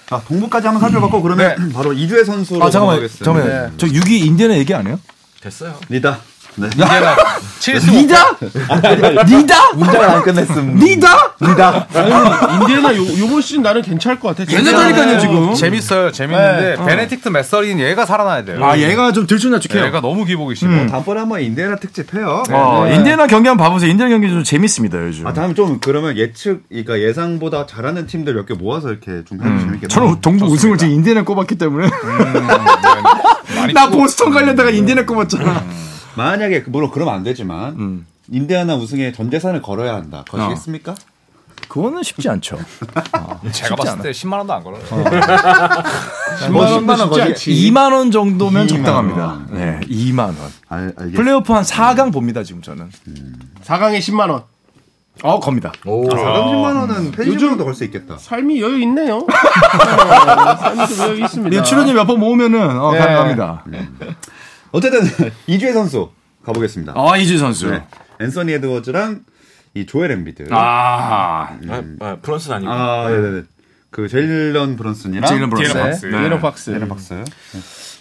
[SPEAKER 1] 자 아, 동부까지 한번 살펴봤고 그러면 음. 네. 바로 이주혜 선수로
[SPEAKER 4] 아 잠깐만
[SPEAKER 1] 넘어가겠습니다. 네.
[SPEAKER 4] 잠깐만 저 6위 인디애나 얘기 안 해요?
[SPEAKER 5] 됐어요.
[SPEAKER 1] 리다.
[SPEAKER 2] 이제가 7승
[SPEAKER 4] 니다? 니다?
[SPEAKER 6] 문장을 안 끝냈음.
[SPEAKER 4] 니다?
[SPEAKER 6] 니다.
[SPEAKER 3] 아니, 인디애나 요, 요번 시즌 나는 괜찮을 것 같아.
[SPEAKER 4] 괜찮다니까요, 지금.
[SPEAKER 2] 재밌어요. 재밌는데 베네딕트 메서린 얘가 살아나야 돼요. 네,
[SPEAKER 4] 아, 얘가 좀 들쭉날쭉해요.
[SPEAKER 2] 얘가 너무 기복이 심해.
[SPEAKER 1] 다음번에 한번 인디애나 특집해요. 네.
[SPEAKER 4] 어, 인디애나 경기 한번 봐보세요. 인디애나 경기 좀 재밌습니다, 요즘.
[SPEAKER 1] 아, 다음 좀 그러면 예측, 그러니까 예상보다 잘하는 팀들 몇 개 모아서 이렇게 좀 해도 재밌겠다.
[SPEAKER 4] 저는 동부 우승을 지금 인디애나 꼽았기 때문에. 나 보스턴 가려다가 인디애나 꼽았잖아.
[SPEAKER 1] 만약에 물론 그러면 안 되지만 인디애나 우승에 전 재산을 음. 걸어야 한다. 거시겠습니까?
[SPEAKER 4] 그거는 쉽지 않죠.
[SPEAKER 2] 제가 봤을 때 10만 원도 안 걸어요.
[SPEAKER 1] 뭐 10만 원 거지.
[SPEAKER 4] 2만 원 정도면
[SPEAKER 1] 2만
[SPEAKER 4] 적당합니다.
[SPEAKER 1] 원.
[SPEAKER 4] 네, 2만 원.
[SPEAKER 1] 알, 알겠.
[SPEAKER 4] 플레이오프 한 4강 봅니다, 지금 저는.
[SPEAKER 3] 4강에 10만 원.
[SPEAKER 4] 어, 겁니다.
[SPEAKER 1] 아, 430만 원은 펜션으로도 걸 수 있겠다.
[SPEAKER 3] 삶이 여유 있네요. 네, 삶이 좀 여유 있습니다.
[SPEAKER 4] 네, 출연료 몇 번 모으면은 어, 가능합니다.
[SPEAKER 1] 어쨌든 이주혜 선수 가보겠습니다.
[SPEAKER 4] 아, 이주 선수.
[SPEAKER 1] 네. 앤서니 에드워즈랑 이 조엘 엠비드.
[SPEAKER 4] 아,
[SPEAKER 5] 아, 아, 프런스는 아니고.
[SPEAKER 1] 아, 네네네. 그 제일런 브런슨이랑
[SPEAKER 4] 제일런 브런슨.
[SPEAKER 1] 네.
[SPEAKER 2] 제일런
[SPEAKER 3] 네. 레너 박스.
[SPEAKER 1] 제일런 박스.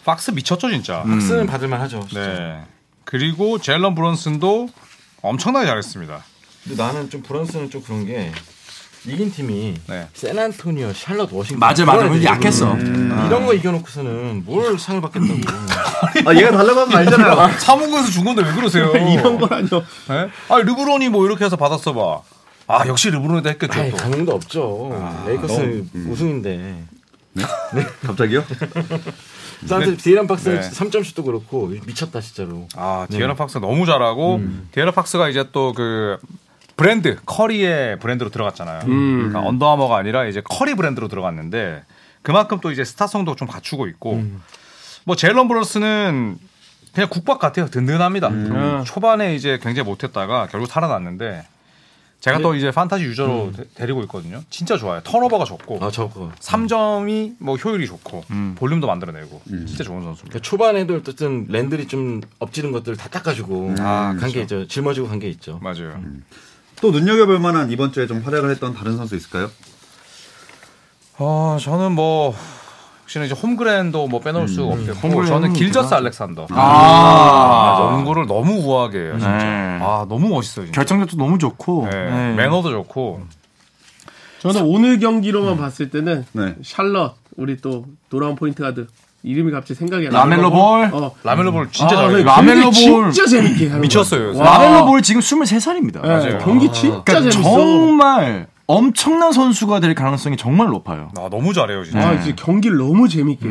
[SPEAKER 2] 박스 미쳤죠 진짜.
[SPEAKER 5] 박스는 받을만 하죠. 진짜.
[SPEAKER 2] 네. 그리고 젤런 브론슨도 엄청나게 잘했습니다.
[SPEAKER 5] 근데 나는 좀 프런스는 좀 그런 게 이긴 팀이
[SPEAKER 2] 네.
[SPEAKER 5] 샌안토니오, 샬럿, 워싱턴.
[SPEAKER 4] 맞아, 맞아.
[SPEAKER 5] 그런
[SPEAKER 4] 근데
[SPEAKER 5] 애들이
[SPEAKER 4] 약했어. 음.
[SPEAKER 5] 있거든요. 이런 거 이겨놓고서는 뭘 상을 받겠다고.
[SPEAKER 1] 아, 얘가 달라고 하면 알잖아요.
[SPEAKER 2] 사무국에서 준 건데 왜 그러세요?
[SPEAKER 3] 이런 건 아니요.
[SPEAKER 2] 네? 아 르브론이 뭐 이렇게 해서 받았어 봐. 아 역시 르브론에다 했겠죠.
[SPEAKER 5] 아예
[SPEAKER 2] 또.
[SPEAKER 5] 가능도 없죠. 레이커스 우승인데.
[SPEAKER 1] 갑자기요?
[SPEAKER 5] 싼스 디에란 박스는
[SPEAKER 2] 네.
[SPEAKER 5] 3점슛도 그렇고 미쳤다 진짜로.
[SPEAKER 2] 아 디에라 팍스 너무 잘하고 디에라 팍스가 이제 또 그 브랜드 커리의 브랜드로 들어갔잖아요. 그러니까 언더아머가 아니라 이제 커리 브랜드로 들어갔는데 그만큼 또 이제 스타성도 좀 갖추고 있고 뭐 제일런 브러스는 그냥 국밥 같아요. 든든합니다. 음. 초반에 이제 굉장히 못했다가 결국 살아났는데 제가 또 이제 판타지 유저로 데- 데리고 있거든요. 진짜 음. 좋아요. 턴오버가 적고
[SPEAKER 5] 아 저거.
[SPEAKER 2] 3점이 뭐 효율이 좋고 볼륨도 만들어내고 진짜 좋은 선수입니다.
[SPEAKER 5] 그러니까 초반에도 어쨌든 랜들이 좀 엎지른 것들 을다
[SPEAKER 4] 음.
[SPEAKER 5] 닦아주고
[SPEAKER 2] 아,
[SPEAKER 4] 그렇죠.
[SPEAKER 5] 간 게 있죠. 짊어지고 간 게 있죠.
[SPEAKER 2] 맞아요.
[SPEAKER 1] 또 눈여겨볼 만한 이번 주에 좀 활약을 했던 다른 선수 있을까요?
[SPEAKER 2] 어, 저는 뭐 역시나 이제 홈그랜도 뭐 빼놓을 수가 없겠고 저는 길저스 알렉산더 아, 연구를 너무 우아하게 해요 진짜
[SPEAKER 4] 네.
[SPEAKER 2] 아 너무 멋있어요 진짜
[SPEAKER 4] 결정력도 너무 좋고.
[SPEAKER 2] 네.
[SPEAKER 4] 네.
[SPEAKER 2] 매너도 좋고
[SPEAKER 3] 저는 오늘 경기로만 봤을 때는
[SPEAKER 1] 네.
[SPEAKER 3] 샬럿 우리 또 돌아온 포인트 가드 이름이 갑자기 생각이 안 나.
[SPEAKER 4] 라멜로 볼.
[SPEAKER 3] 어.
[SPEAKER 2] 음. 라멜로 볼 진짜
[SPEAKER 3] 아,
[SPEAKER 2] 잘해요
[SPEAKER 3] 네,
[SPEAKER 4] 라멜로
[SPEAKER 3] 경기
[SPEAKER 4] 볼.
[SPEAKER 3] 진짜 재밌게 하는
[SPEAKER 2] 미쳤어요 요새.
[SPEAKER 3] 와.
[SPEAKER 4] 라멜로 볼 지금 23살입니다.
[SPEAKER 3] 거야. 네, 경기 진짜
[SPEAKER 4] 그러니까
[SPEAKER 3] 재밌어.
[SPEAKER 4] 정말 엄청난 선수가 될 가능성이 정말 높아요.
[SPEAKER 2] 아, 너무 잘해요 진짜
[SPEAKER 3] 아, 이제 경기를 너무 재밌게.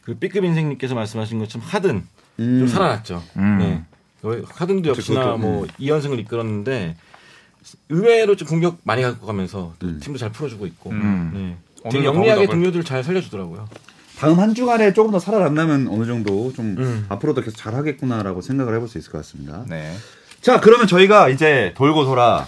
[SPEAKER 5] 그리고 B급 인생님께서 말씀하신 것처럼 하든
[SPEAKER 1] 음.
[SPEAKER 5] 좀 살아났죠. 네. 거의 하든도 역시나 뭐 2연승을 이끌었는데 의외로 좀 공격 많이 갖고 가면서 또 팀도 잘 풀어주고 있고 네. 되게
[SPEAKER 2] 오늘도
[SPEAKER 5] 영리하게
[SPEAKER 2] 더블 더블.
[SPEAKER 5] 동료들 잘 살려주더라고요.
[SPEAKER 1] 다음 한 주간에 조금 더 살아남으면 어느 정도 좀 앞으로도 계속 잘하겠구나라고 생각을 해볼 수 있을 것 같습니다.
[SPEAKER 2] 네.
[SPEAKER 1] 자, 그러면 저희가 이제 돌고 돌아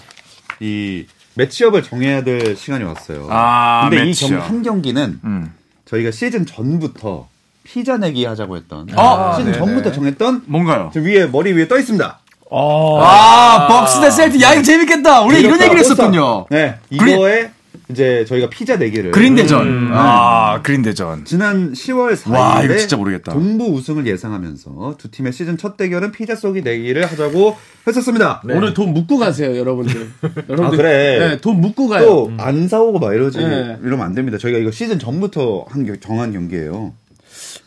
[SPEAKER 1] 이 매치업을 정해야 될 시간이 왔어요.
[SPEAKER 4] 아,
[SPEAKER 1] 근데
[SPEAKER 4] 매치업.
[SPEAKER 1] 이 경 한 경기는
[SPEAKER 4] 음.
[SPEAKER 1] 저희가 시즌 전부터 피자 내기 하자고 했던 어,
[SPEAKER 4] 아,
[SPEAKER 1] 시즌
[SPEAKER 2] 네네.
[SPEAKER 1] 전부터 정했던
[SPEAKER 4] 뭔가요?
[SPEAKER 1] 지금 위에 머리 위에 떠 있습니다.
[SPEAKER 4] 아, 박스 대 셀틱. 야, 이거 재밌겠다. 어, 우리 이런
[SPEAKER 1] 그렇다.
[SPEAKER 4] 얘기를
[SPEAKER 1] 오스타.
[SPEAKER 4] 했었군요.
[SPEAKER 1] 네,
[SPEAKER 4] 그린-
[SPEAKER 1] 이거에 이제 저희가 피자 내기를
[SPEAKER 4] 그린대전. 아, 그린대전.
[SPEAKER 1] 지난 10월 4일에
[SPEAKER 4] 와, 이거 진짜 모르겠다.
[SPEAKER 1] 동부 우승을 예상하면서 두 팀의 시즌 첫 대결은 피자 쏘기 내기를 하자고 했었습니다.
[SPEAKER 3] 네. 오늘 돈 묶고 가세요, 여러분들. 여러분들.
[SPEAKER 1] 아, 그래.
[SPEAKER 3] 네, 돈 묶고 가요.
[SPEAKER 1] 또 안 사오고 막 이러지
[SPEAKER 3] 네.
[SPEAKER 1] 이러면 안 됩니다. 저희가 이거 시즌 전부터 한 겨- 정한 경기예요.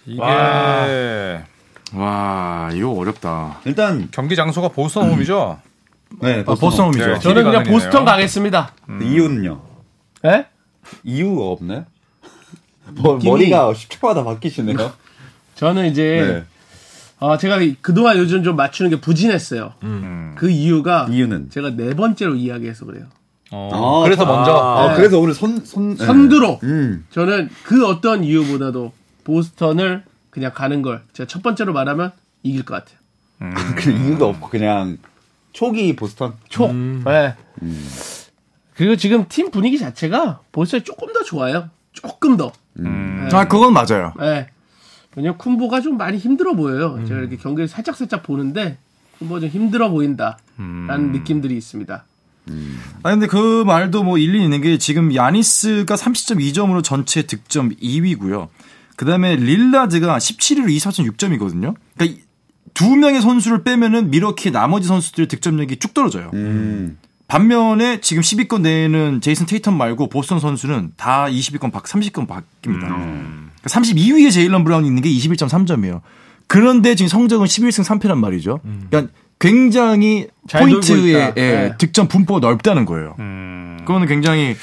[SPEAKER 2] 네. 이게
[SPEAKER 4] 와, 이거 어렵다.
[SPEAKER 1] 일단
[SPEAKER 2] 경기 장소가 보스턴 홈이죠
[SPEAKER 1] 네,
[SPEAKER 4] 아, 보스턴 홈이죠.
[SPEAKER 2] 네.
[SPEAKER 3] 저는 그냥
[SPEAKER 2] 가능이네요.
[SPEAKER 3] 보스턴 가겠습니다.
[SPEAKER 1] 이유는요?
[SPEAKER 3] 예?
[SPEAKER 1] 이유가 없나요? 머리가 10초마다 바뀌시네요. 네.
[SPEAKER 3] 저는 이제 아, 제가 그동안 요즘 좀 맞추는 게 부진했어요. 그 이유가
[SPEAKER 1] 이유는?
[SPEAKER 3] 제가 네 번째로 이야기해서 그래요.
[SPEAKER 2] 어, 그래서 먼저
[SPEAKER 1] 아, 그래서 오늘 선, 선, 네.
[SPEAKER 3] 선두로
[SPEAKER 1] 음.
[SPEAKER 3] 저는 그 어떤 이유보다도 보스턴을 그냥 가는 걸 제가 첫 번째로 말하면 이길 것 같아요.
[SPEAKER 1] 그 이유도 없고 그냥 초기 보스턴 음.
[SPEAKER 3] 촉. 네. 그리고 지금 팀 분위기 자체가 보스턴이 조금 더 좋아요. 조금 더.
[SPEAKER 1] 음.
[SPEAKER 4] 아, 그건 맞아요.
[SPEAKER 3] 네. 왜냐면 쿤보가 좀 많이 힘들어 보여요.
[SPEAKER 1] 음.
[SPEAKER 3] 제가 이렇게 경기를 살짝살짝 보는데 쿤보가 좀 힘들어 보인다라는
[SPEAKER 1] 음.
[SPEAKER 3] 느낌들이 있습니다.
[SPEAKER 4] 아 근데 그 말도 뭐 일리 있는 게 지금 야니스가 30.2점으로 전체 득점 2위고요. 그다음에 릴라드가 17위로 24.6점이거든요. 그러니까 이- 두 명의 선수를 빼면은 미러키 나머지 선수들의 득점력이 쭉 떨어져요.
[SPEAKER 1] 음.
[SPEAKER 4] 반면에 지금 10위권 내에는 제이슨 테이텀 말고 보스턴 선수는 다 20위권 밖, 30위권 밖입니다.
[SPEAKER 3] 음.
[SPEAKER 4] 32위에 제일런 브라운이 있는 게 21.3점이에요. 그런데 지금 성적은 11승 3패란 말이죠. 그러니까 굉장히
[SPEAKER 3] 음. 잘 놀고
[SPEAKER 4] 포인트의
[SPEAKER 3] 있다.
[SPEAKER 4] 예,
[SPEAKER 3] 네. 음.
[SPEAKER 4] 득점 분포가 넓다는 거예요. 그거는 굉장히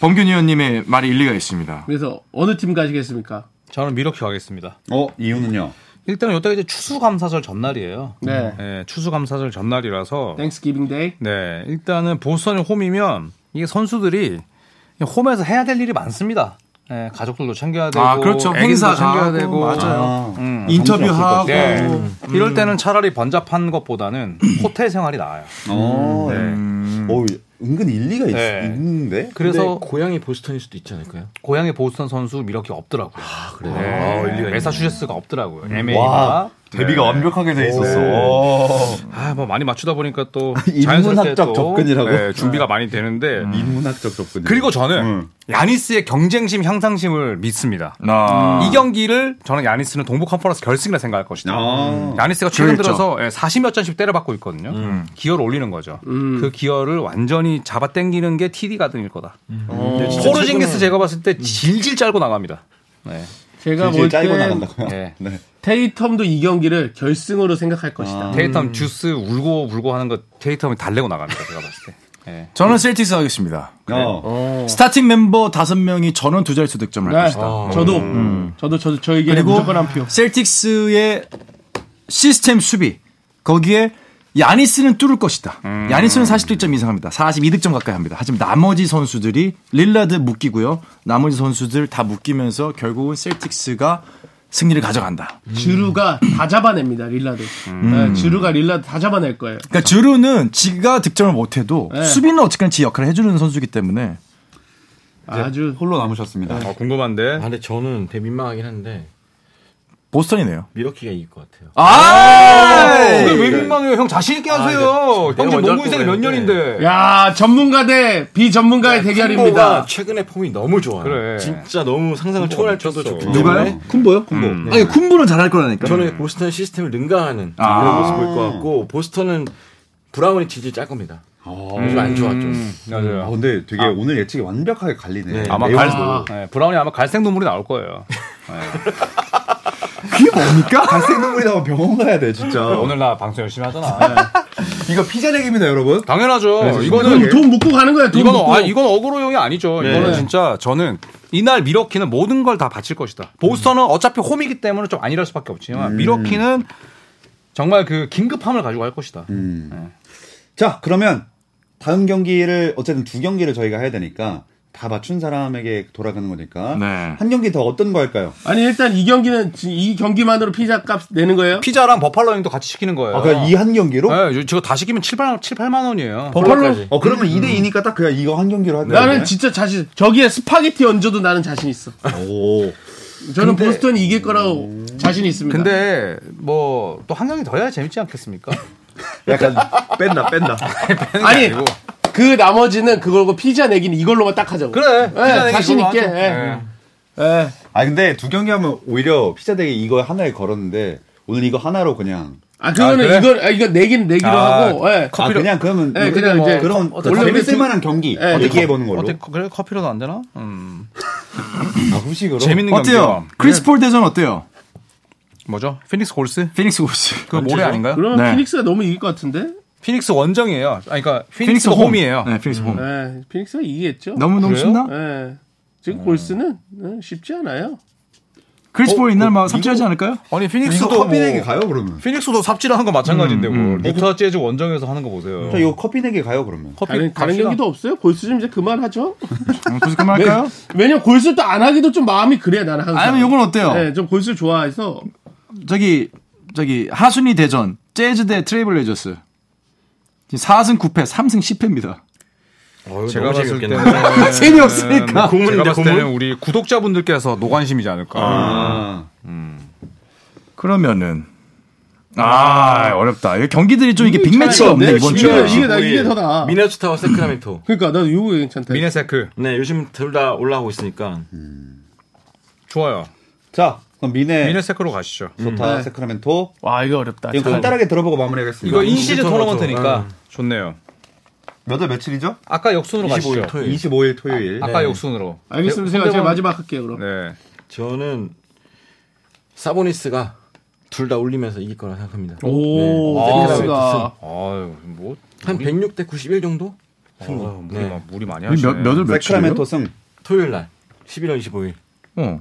[SPEAKER 4] 범균 의원님의 말에 일리가 있습니다.
[SPEAKER 3] 그래서 어느 팀 가시겠습니까?
[SPEAKER 2] 저는 미러키 가겠습니다.
[SPEAKER 1] 어 이유는요.
[SPEAKER 2] 일단은 여기가 이제 추수감사절 전날이에요.
[SPEAKER 3] 네.
[SPEAKER 2] 예, 추수감사절 전날이라서
[SPEAKER 3] 땡스기빙 데이.
[SPEAKER 2] 네, 일단은 보스턴이 홈이면 이게 선수들이 홈에서 해야 될 일이 많습니다. 예, 가족들도 챙겨야 되고,
[SPEAKER 4] 아, 그렇죠.
[SPEAKER 2] 애기들도
[SPEAKER 4] 행사
[SPEAKER 2] 챙겨야
[SPEAKER 4] 가고,
[SPEAKER 2] 되고,
[SPEAKER 4] 맞아요.
[SPEAKER 1] 아,
[SPEAKER 2] 음.
[SPEAKER 4] 인터뷰하고
[SPEAKER 2] 네. 이럴 때는 차라리 번잡한 것보다는 호텔 생활이 나아요.
[SPEAKER 1] 어, 어, 은근 일리가 있,
[SPEAKER 2] 네.
[SPEAKER 1] 있는데.
[SPEAKER 5] 그래서
[SPEAKER 2] 그래서
[SPEAKER 5] 고향이 보스턴일 수도 있지 않을까요?
[SPEAKER 2] 고향의 보스턴 선수 미러키 없더라고요. 아, 그래요? 메사추세츠가 없더라고요.
[SPEAKER 6] 와,
[SPEAKER 2] MA가.
[SPEAKER 1] 대비가 완벽하게 돼 있었어.
[SPEAKER 2] 아, 뭐 많이 맞추다 보니까 또 자연스럽게
[SPEAKER 6] 인문학적
[SPEAKER 2] 또,
[SPEAKER 6] 접근이라고?
[SPEAKER 2] 네, 준비가 많이 되는데
[SPEAKER 1] 인문학적 접근.
[SPEAKER 2] 그리고 저는
[SPEAKER 1] 음.
[SPEAKER 2] 야니스의 경쟁심 향상심을 믿습니다.
[SPEAKER 4] 아.
[SPEAKER 2] 이 경기를 저는 야니스는 동부 컨퍼런스 결승이라 생각할 것이다.
[SPEAKER 1] 아.
[SPEAKER 2] 야니스가 최근
[SPEAKER 4] 그렇죠.
[SPEAKER 2] 들어서 예, 40몇 점씩 때려받고 있거든요. 음. 기어를 올리는 거죠. 그 기어를 완전히 잡아당기는 게 TD 가든일 거다. 포르징기스 음. 어. 제가 봤을 때 질질 짤고 나갑니다. 네.
[SPEAKER 3] 제가
[SPEAKER 1] 제일
[SPEAKER 3] 볼
[SPEAKER 1] 짧고
[SPEAKER 3] 때
[SPEAKER 1] 나간다고요.
[SPEAKER 2] 예.
[SPEAKER 1] 네.
[SPEAKER 3] 테이텀도 이 경기를 결승으로 생각할
[SPEAKER 1] 아.
[SPEAKER 3] 것이다.
[SPEAKER 2] 테이텀 주스 울고 울고 하는 거 테이텀이 달래고 나갑니다. 제가 봤을 때. 예.
[SPEAKER 4] 저는 셀틱스 하겠습니다.
[SPEAKER 1] 어.
[SPEAKER 4] 스타팅 멤버 5명이 전원 두 자릿수 득점을 할
[SPEAKER 3] 네.
[SPEAKER 4] 것이다.
[SPEAKER 3] 저도 저도 저도
[SPEAKER 2] 예,
[SPEAKER 3] 저에게
[SPEAKER 4] 그리고
[SPEAKER 3] 무조건 한 표.
[SPEAKER 4] 셀틱스의 시스템 수비 거기에 야니스는 뚫을 것이다.
[SPEAKER 2] 음.
[SPEAKER 4] 야니스는 40득점 이상합니다. 42득점 가까이 합니다. 하지만 나머지 선수들이 릴라드 묶이고요. 나머지 선수들 다 묶이면서 결국은 셀틱스가 승리를 가져간다.
[SPEAKER 3] 주루가
[SPEAKER 2] 음.
[SPEAKER 3] 다 잡아냅니다 릴라드. 네, 주루가 릴라드 다 잡아낼 거예요.
[SPEAKER 4] 그러니까 주루는 지가 득점을 못해도
[SPEAKER 3] 네.
[SPEAKER 4] 수비는 어쨌든 지 역할을 해주는 선수이기 때문에
[SPEAKER 3] 아주
[SPEAKER 1] 홀로 남으셨습니다.
[SPEAKER 2] 어, 궁금한데.
[SPEAKER 5] 아, 근데 저는 되게 민망하긴 한데
[SPEAKER 4] 보스턴이네요.
[SPEAKER 5] 미러키가 이길 것 같아요.
[SPEAKER 2] 아, 근데 왜 민망해요? 형 자신 있게 하세요.
[SPEAKER 5] 내가
[SPEAKER 2] 어, 형님
[SPEAKER 5] 먼저
[SPEAKER 2] 농구 인생이 몇
[SPEAKER 5] 할거
[SPEAKER 2] 년인데.
[SPEAKER 3] 야 전문가 대
[SPEAKER 2] 네,
[SPEAKER 3] 비전문가의 대결입니다.
[SPEAKER 5] 쿤보가 최근에 폼이 너무 좋아요.
[SPEAKER 2] 그래.
[SPEAKER 5] 진짜 너무 상상을 초월할 정도 좋기 때문에
[SPEAKER 4] 누가요?
[SPEAKER 1] 음.
[SPEAKER 4] 쿤보요? 쿤보.
[SPEAKER 5] 네.
[SPEAKER 4] 아니 쿤보는 잘할 거라니까.
[SPEAKER 5] 저는 보스턴 시스템을 능가하는
[SPEAKER 4] 아.
[SPEAKER 5] 그런 모습 보일 것 같고 보스턴은 브라운이 질질 짤 겁니다. 좀 안 좋았죠.
[SPEAKER 1] 어. 음.
[SPEAKER 2] 음.
[SPEAKER 1] 아,
[SPEAKER 2] 맞아요.
[SPEAKER 1] 근데 되게 오늘 예측이 완벽하게 갈리네.
[SPEAKER 5] 네.
[SPEAKER 2] 아마
[SPEAKER 1] 내용도.
[SPEAKER 2] 갈, 네, 브라운이 아마 갈색 눈물이 나올 거예요.
[SPEAKER 4] 그게 뭡니까?
[SPEAKER 1] 갈색 눈물이 나면 병원 가야 돼 진짜.
[SPEAKER 2] 네, 오늘 나 방송 열심히 하잖아. 네,
[SPEAKER 1] 이거 피자내기입니다 여러분.
[SPEAKER 2] 예, 당연하죠.
[SPEAKER 3] 이건
[SPEAKER 2] 이거는
[SPEAKER 3] 돈 묶고 가는 거야. 돈
[SPEAKER 2] 예. 이건
[SPEAKER 3] 묶고.
[SPEAKER 2] 아, 이건 어그로용이 아니죠. 이거는 진짜 저는 이날 미러키는 모든 걸 다 바칠 것이다. 보스턴은 어차피 홈이기 때문에 좀 아니랄 수밖에 없지만 미러키는 정말 그 긴급함을 가지고 할 것이다.
[SPEAKER 1] 자 그러면 다음 경기를 어쨌든 두 경기를 저희가 해야 되니까 다 맞춘 사람에게 돌아가는 거니까
[SPEAKER 4] 네.
[SPEAKER 1] 한 경기 더 어떤 거 할까요?
[SPEAKER 3] 아니 일단 이 경기는 지- 이 경기만으로 피자 값 내는 거예요?
[SPEAKER 2] 피자랑 버팔로잉도 같이 시키는 거예요.
[SPEAKER 1] 아 그냥 이 한 경기로?
[SPEAKER 2] 어. 네, 저거 다 시키면 7, 8, 7 8만 원이에요.
[SPEAKER 3] 버팔로
[SPEAKER 1] 어 그러면 2대 2니까 딱 그냥 이거 한 경기로 네. 할까요?
[SPEAKER 2] 네,
[SPEAKER 3] 나는 진짜 자신 저기에 스파게티 얹어도 나는 자신 있어.
[SPEAKER 1] 오.
[SPEAKER 3] 저는 보스턴이 이길 거라고 자신 있습니다.
[SPEAKER 2] 음. 근데 뭐 또 한 경기 더 해야 재밌지 않겠습니까?
[SPEAKER 1] 약간 뺀다 뺀다.
[SPEAKER 3] 아니
[SPEAKER 2] 아니고.
[SPEAKER 3] 그 나머지는 그걸고 피자 내기는 이걸로만 딱 하자고. 네,
[SPEAKER 2] 그래. 피자 내기
[SPEAKER 3] 자신
[SPEAKER 2] 이걸로
[SPEAKER 3] 있게.
[SPEAKER 2] 하죠.
[SPEAKER 3] 예.
[SPEAKER 2] 네.
[SPEAKER 3] 예.
[SPEAKER 1] 아 근데 두 경기 하면 오히려 피자대기 이거 하나에 걸었는데 오늘 이거 하나로 그냥
[SPEAKER 3] 아 그거는
[SPEAKER 2] 아, 그래?
[SPEAKER 3] 이걸 아, 이거 내기는 내기로
[SPEAKER 2] 아,
[SPEAKER 3] 하고. 예.
[SPEAKER 1] 아 그냥 그러면
[SPEAKER 3] 예, 그냥 이제
[SPEAKER 1] 그런
[SPEAKER 3] 어,
[SPEAKER 1] 원래
[SPEAKER 3] 원래
[SPEAKER 1] 재밌을
[SPEAKER 3] 우리
[SPEAKER 1] 만한 경기
[SPEAKER 3] 예,
[SPEAKER 1] 얘기해 보는 걸로.
[SPEAKER 2] 어때 그래 커피라도 안 되나? 음.
[SPEAKER 1] 아, 후식으로.
[SPEAKER 2] 재밌는
[SPEAKER 4] 어때요?
[SPEAKER 2] 경기야.
[SPEAKER 4] 크리스폴 대전 어때요?
[SPEAKER 2] 뭐죠? 피닉스 골스?
[SPEAKER 4] 피닉스 고스.
[SPEAKER 2] 그 모래 아닌가요?
[SPEAKER 3] 그러면
[SPEAKER 4] 네.
[SPEAKER 3] 피닉스가 너무 이길 것 같은데.
[SPEAKER 2] 피닉스 원정이에요. 아 그러니까 피닉스 홈이에요. 음.
[SPEAKER 4] 네, 피닉스 홈.
[SPEAKER 3] 예. 피닉스가 이기겠죠.
[SPEAKER 4] 너무 음. 너무
[SPEAKER 2] 그래요?
[SPEAKER 4] 쉽나?
[SPEAKER 3] 예. 지금 골스는 예, 쉽지 않아요.
[SPEAKER 4] 크리스폴 어, 이날 막 삽질하지 않을까요?
[SPEAKER 2] 아니
[SPEAKER 1] 이거
[SPEAKER 2] 피닉스도
[SPEAKER 1] 커피내기 네
[SPEAKER 2] 뭐-
[SPEAKER 1] 가요 그러면.
[SPEAKER 2] 피닉스도 삽질하는 거 마찬가지인데 뭐 루타 재즈 원정에서 하는 거 보세요.
[SPEAKER 1] 자 이거 커피내기 네 가요 그러면.
[SPEAKER 2] 커피
[SPEAKER 3] 다른, 다른
[SPEAKER 2] 갑시다.
[SPEAKER 3] 경기도 없어요. 골스 좀 이제 그만하죠.
[SPEAKER 4] 음, 그래서 그만할까요?
[SPEAKER 3] 왜냐면 골스 또 안 하기도 좀 마음이 그래 나는 항상.
[SPEAKER 4] 아니면 요건 어때요?
[SPEAKER 3] 예, 좀 골스 좋아해서
[SPEAKER 4] 저기 저기 하순이 대전 재즈 대 트레이블레저스. 4승 9패, 3승 10패입니다.
[SPEAKER 2] 제가 봤을 때는
[SPEAKER 4] 재미
[SPEAKER 2] 네,
[SPEAKER 4] 없으니까.
[SPEAKER 2] 제가
[SPEAKER 5] 고문인데
[SPEAKER 2] 봤을 때는
[SPEAKER 5] 고문.
[SPEAKER 2] 우리 구독자분들께서 노관심이지 않을까.
[SPEAKER 1] 아.
[SPEAKER 4] 그러면은 아, 어렵다. 이 경기들이 좀 이게 빅매치가 없네
[SPEAKER 3] 네,
[SPEAKER 4] 이번
[SPEAKER 3] 이게-
[SPEAKER 4] 주에.
[SPEAKER 3] 이게 나 이게 더 나아.
[SPEAKER 5] 예. 미네소타와 세크라멘토.
[SPEAKER 3] 그러니까 나도 요거 괜찮다.
[SPEAKER 2] 미네세크
[SPEAKER 5] 네, 요즘 둘 다 올라오고 있으니까
[SPEAKER 2] 좋아요.
[SPEAKER 1] 자 그럼 미네,
[SPEAKER 2] 미네세크로 음. 가시죠.
[SPEAKER 1] 소타
[SPEAKER 7] 네.
[SPEAKER 1] 세크라멘토.
[SPEAKER 4] 와 이거 어렵다.
[SPEAKER 1] 이거 간단하게 들어보고 마무리하겠습니다.
[SPEAKER 2] 이거 인시즌
[SPEAKER 5] 좋죠,
[SPEAKER 2] 토너먼트니까 음. 좋네요.
[SPEAKER 1] 몇월 며칠이죠?
[SPEAKER 2] 아까 역순으로 가시죠.
[SPEAKER 5] 25일 토요일.
[SPEAKER 1] 25일 토요일.
[SPEAKER 2] 아까 역순으로.
[SPEAKER 7] 알겠습니다. 제가,
[SPEAKER 2] 뭐-
[SPEAKER 7] 제가 마지막 할게요, 그럼.
[SPEAKER 2] 네.
[SPEAKER 5] 저는 사보니스가 둘 다 올리면서 이길 거라 생각합니다.
[SPEAKER 3] 아,
[SPEAKER 7] 오,
[SPEAKER 4] 아,
[SPEAKER 2] 네.
[SPEAKER 7] 데니스가.
[SPEAKER 2] 아유 뭐
[SPEAKER 5] 한 106 대 91 정도? 승부.
[SPEAKER 2] 아유, 물이,
[SPEAKER 5] 네.
[SPEAKER 2] 마- 물이 많이
[SPEAKER 4] 이 몇,
[SPEAKER 2] 하시네.
[SPEAKER 4] 몇월 며칠이에요?
[SPEAKER 1] 세크라멘토 승.
[SPEAKER 5] 토요일 날 11월 25일.
[SPEAKER 4] 어.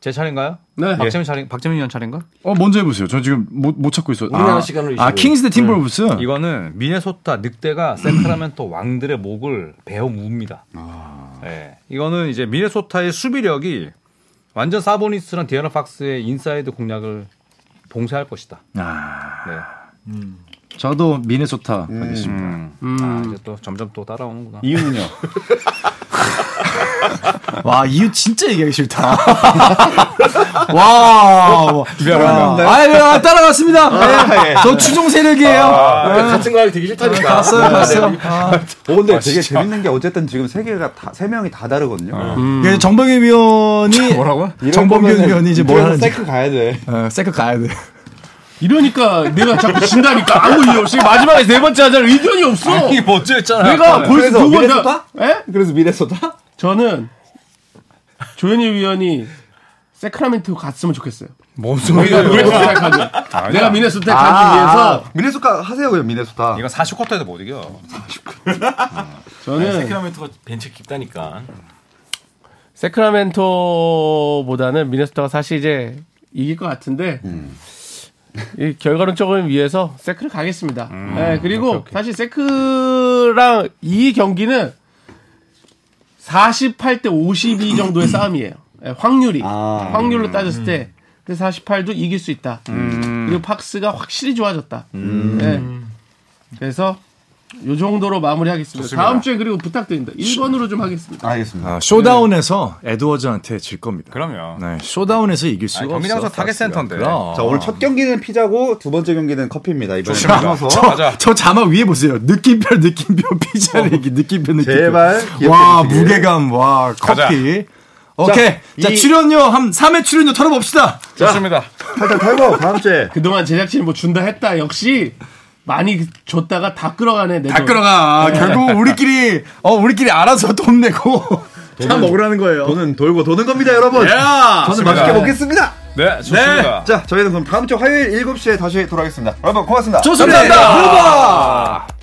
[SPEAKER 2] 제 차례인가요?
[SPEAKER 7] 네.
[SPEAKER 2] 박재민 차례 박재민 위원 차례인가?
[SPEAKER 4] 어, 먼저 해보세요. 저 지금 못, 못 찾고 있어요.
[SPEAKER 5] 우리나라
[SPEAKER 4] 아,
[SPEAKER 5] 시간으로
[SPEAKER 4] 아,
[SPEAKER 5] 25일.
[SPEAKER 4] 킹스 대 팀볼브스?
[SPEAKER 2] 네. 이거는 미네소타 늑대가 세크라멘토 왕들의 목을 베어 묵습니다. 예. 이거는 이제 미네소타의 수비력이 완전 사보니스랑 디아나 팍스의 인사이드 공략을 봉쇄할 것이다.
[SPEAKER 4] 아,
[SPEAKER 2] 네.
[SPEAKER 4] 저도 미네소타 하겠습니다.
[SPEAKER 2] 아, 이제 또 점점 또 따라오는구나.
[SPEAKER 1] 이유는요?
[SPEAKER 4] 와, 이유 진짜 얘기하기 싫다. 와. 미안합니다. 아, 예, 아, 따라갔습니다. 예, 저 추종 세력이에요.
[SPEAKER 2] 아.
[SPEAKER 4] 아,
[SPEAKER 5] 그러니까 같은 거 하기 되게 싫다니까.
[SPEAKER 4] 갔어요, 갔어요.
[SPEAKER 1] 오, 근데 되게 재밌는 게 어쨌든 지금 세 개가 다, 세 명이 다 다르거든요.
[SPEAKER 4] 예, 정범균 위원이 뭐라고요? 정범균 위원이 이제 뭘 하는지
[SPEAKER 1] 세크 가야 돼.
[SPEAKER 4] 어, 세크 가야 돼.
[SPEAKER 7] 이러니까 내가 자꾸 진다니까 아무 이유 없이 마지막에 네 번째 하자는 의견이 없어.
[SPEAKER 2] 멋져 했잖아.
[SPEAKER 7] 내가 벌써
[SPEAKER 1] 그래서
[SPEAKER 7] 두번
[SPEAKER 1] 미네소타?
[SPEAKER 7] 예?
[SPEAKER 1] 그래서 미래소다?
[SPEAKER 7] 저는 조현희 위원이 세크라멘토 갔으면 좋겠어요.
[SPEAKER 2] 뭔
[SPEAKER 7] 내가
[SPEAKER 2] 소리야?
[SPEAKER 7] 미네소타 가기. 내가 미네소타
[SPEAKER 1] 아.
[SPEAKER 7] 가기
[SPEAKER 4] 아,
[SPEAKER 7] 위해서
[SPEAKER 1] 미네소타 하세요, 그냥 미네소타.
[SPEAKER 2] 이건 40쿼터에도 못 이겨.
[SPEAKER 7] 저는
[SPEAKER 5] 세크라멘토가 벤치 깊다니까.
[SPEAKER 4] 세크라멘토보다는
[SPEAKER 3] 미네소타가 사실 이제
[SPEAKER 7] 이길 것 같은데
[SPEAKER 5] 음.
[SPEAKER 3] 이 결과론적인 위해서 세크를 가겠습니다.
[SPEAKER 5] 음.
[SPEAKER 3] 네, 그리고 사실 세크랑 이 경기는 48대 52 정도의 싸움이에요. 예, 확률이
[SPEAKER 1] 아.
[SPEAKER 3] 확률로
[SPEAKER 5] 음.
[SPEAKER 3] 따졌을 때 근데 48도 이길 수 있다. 그리고 팍스가 확실히 좋아졌다.
[SPEAKER 5] 음.
[SPEAKER 3] 네. 예. 그래서 요 정도로 마무리하겠습니다. 다음 주에 그리고 부탁드립니다. 1번으로 좀 하겠습니다.
[SPEAKER 1] 알겠습니다.
[SPEAKER 4] 아, 쇼다운에서 에드워즈한테 질 겁니다.
[SPEAKER 2] 그럼요.
[SPEAKER 4] 네, 쇼다운에서 이길 수가
[SPEAKER 2] 아니,
[SPEAKER 4] 없어.
[SPEAKER 2] 경기장에서 타겟 센터인데.
[SPEAKER 4] 그럼.
[SPEAKER 1] 자, 오늘 첫 경기는 피자고 두 번째 경기는 커피입니다. 이번에
[SPEAKER 2] 좋습니다.
[SPEAKER 1] 나눠서
[SPEAKER 2] 가자.
[SPEAKER 4] 저 자마 위에 보세요. 느낌표, 느낌표, 피자 내기, 느낌표, 느낌표.
[SPEAKER 1] 제발
[SPEAKER 4] 와,
[SPEAKER 1] 기억해 주시길.
[SPEAKER 4] 무게감, 와, 커피. 오케이. 자,
[SPEAKER 1] 이-
[SPEAKER 4] 출연료, 한 3회 출연료 털어봅시다.
[SPEAKER 2] 좋습니다.
[SPEAKER 1] 탈탈 털고 다음 주에
[SPEAKER 7] 그동안 제작진이 뭐 준다 했다 역시 많이 줬다가 다 끌어가네. 내
[SPEAKER 4] 다
[SPEAKER 7] 돈.
[SPEAKER 4] 끌어가. 결국 우리끼리, 어, 우리끼리 알아서 돈 내고. 참 먹으라는 거예요.
[SPEAKER 1] 돈은 돌고 도는 겁니다, 여러분.
[SPEAKER 4] 야!
[SPEAKER 1] 저는 맛있게 먹겠습니다.
[SPEAKER 2] 네, 좋습니다.
[SPEAKER 1] 자, 저희는 그럼 다음 주 화요일 7시에 다시 돌아오겠습니다. 여러분 고맙습니다.
[SPEAKER 4] 좋습니다. 감사합니다.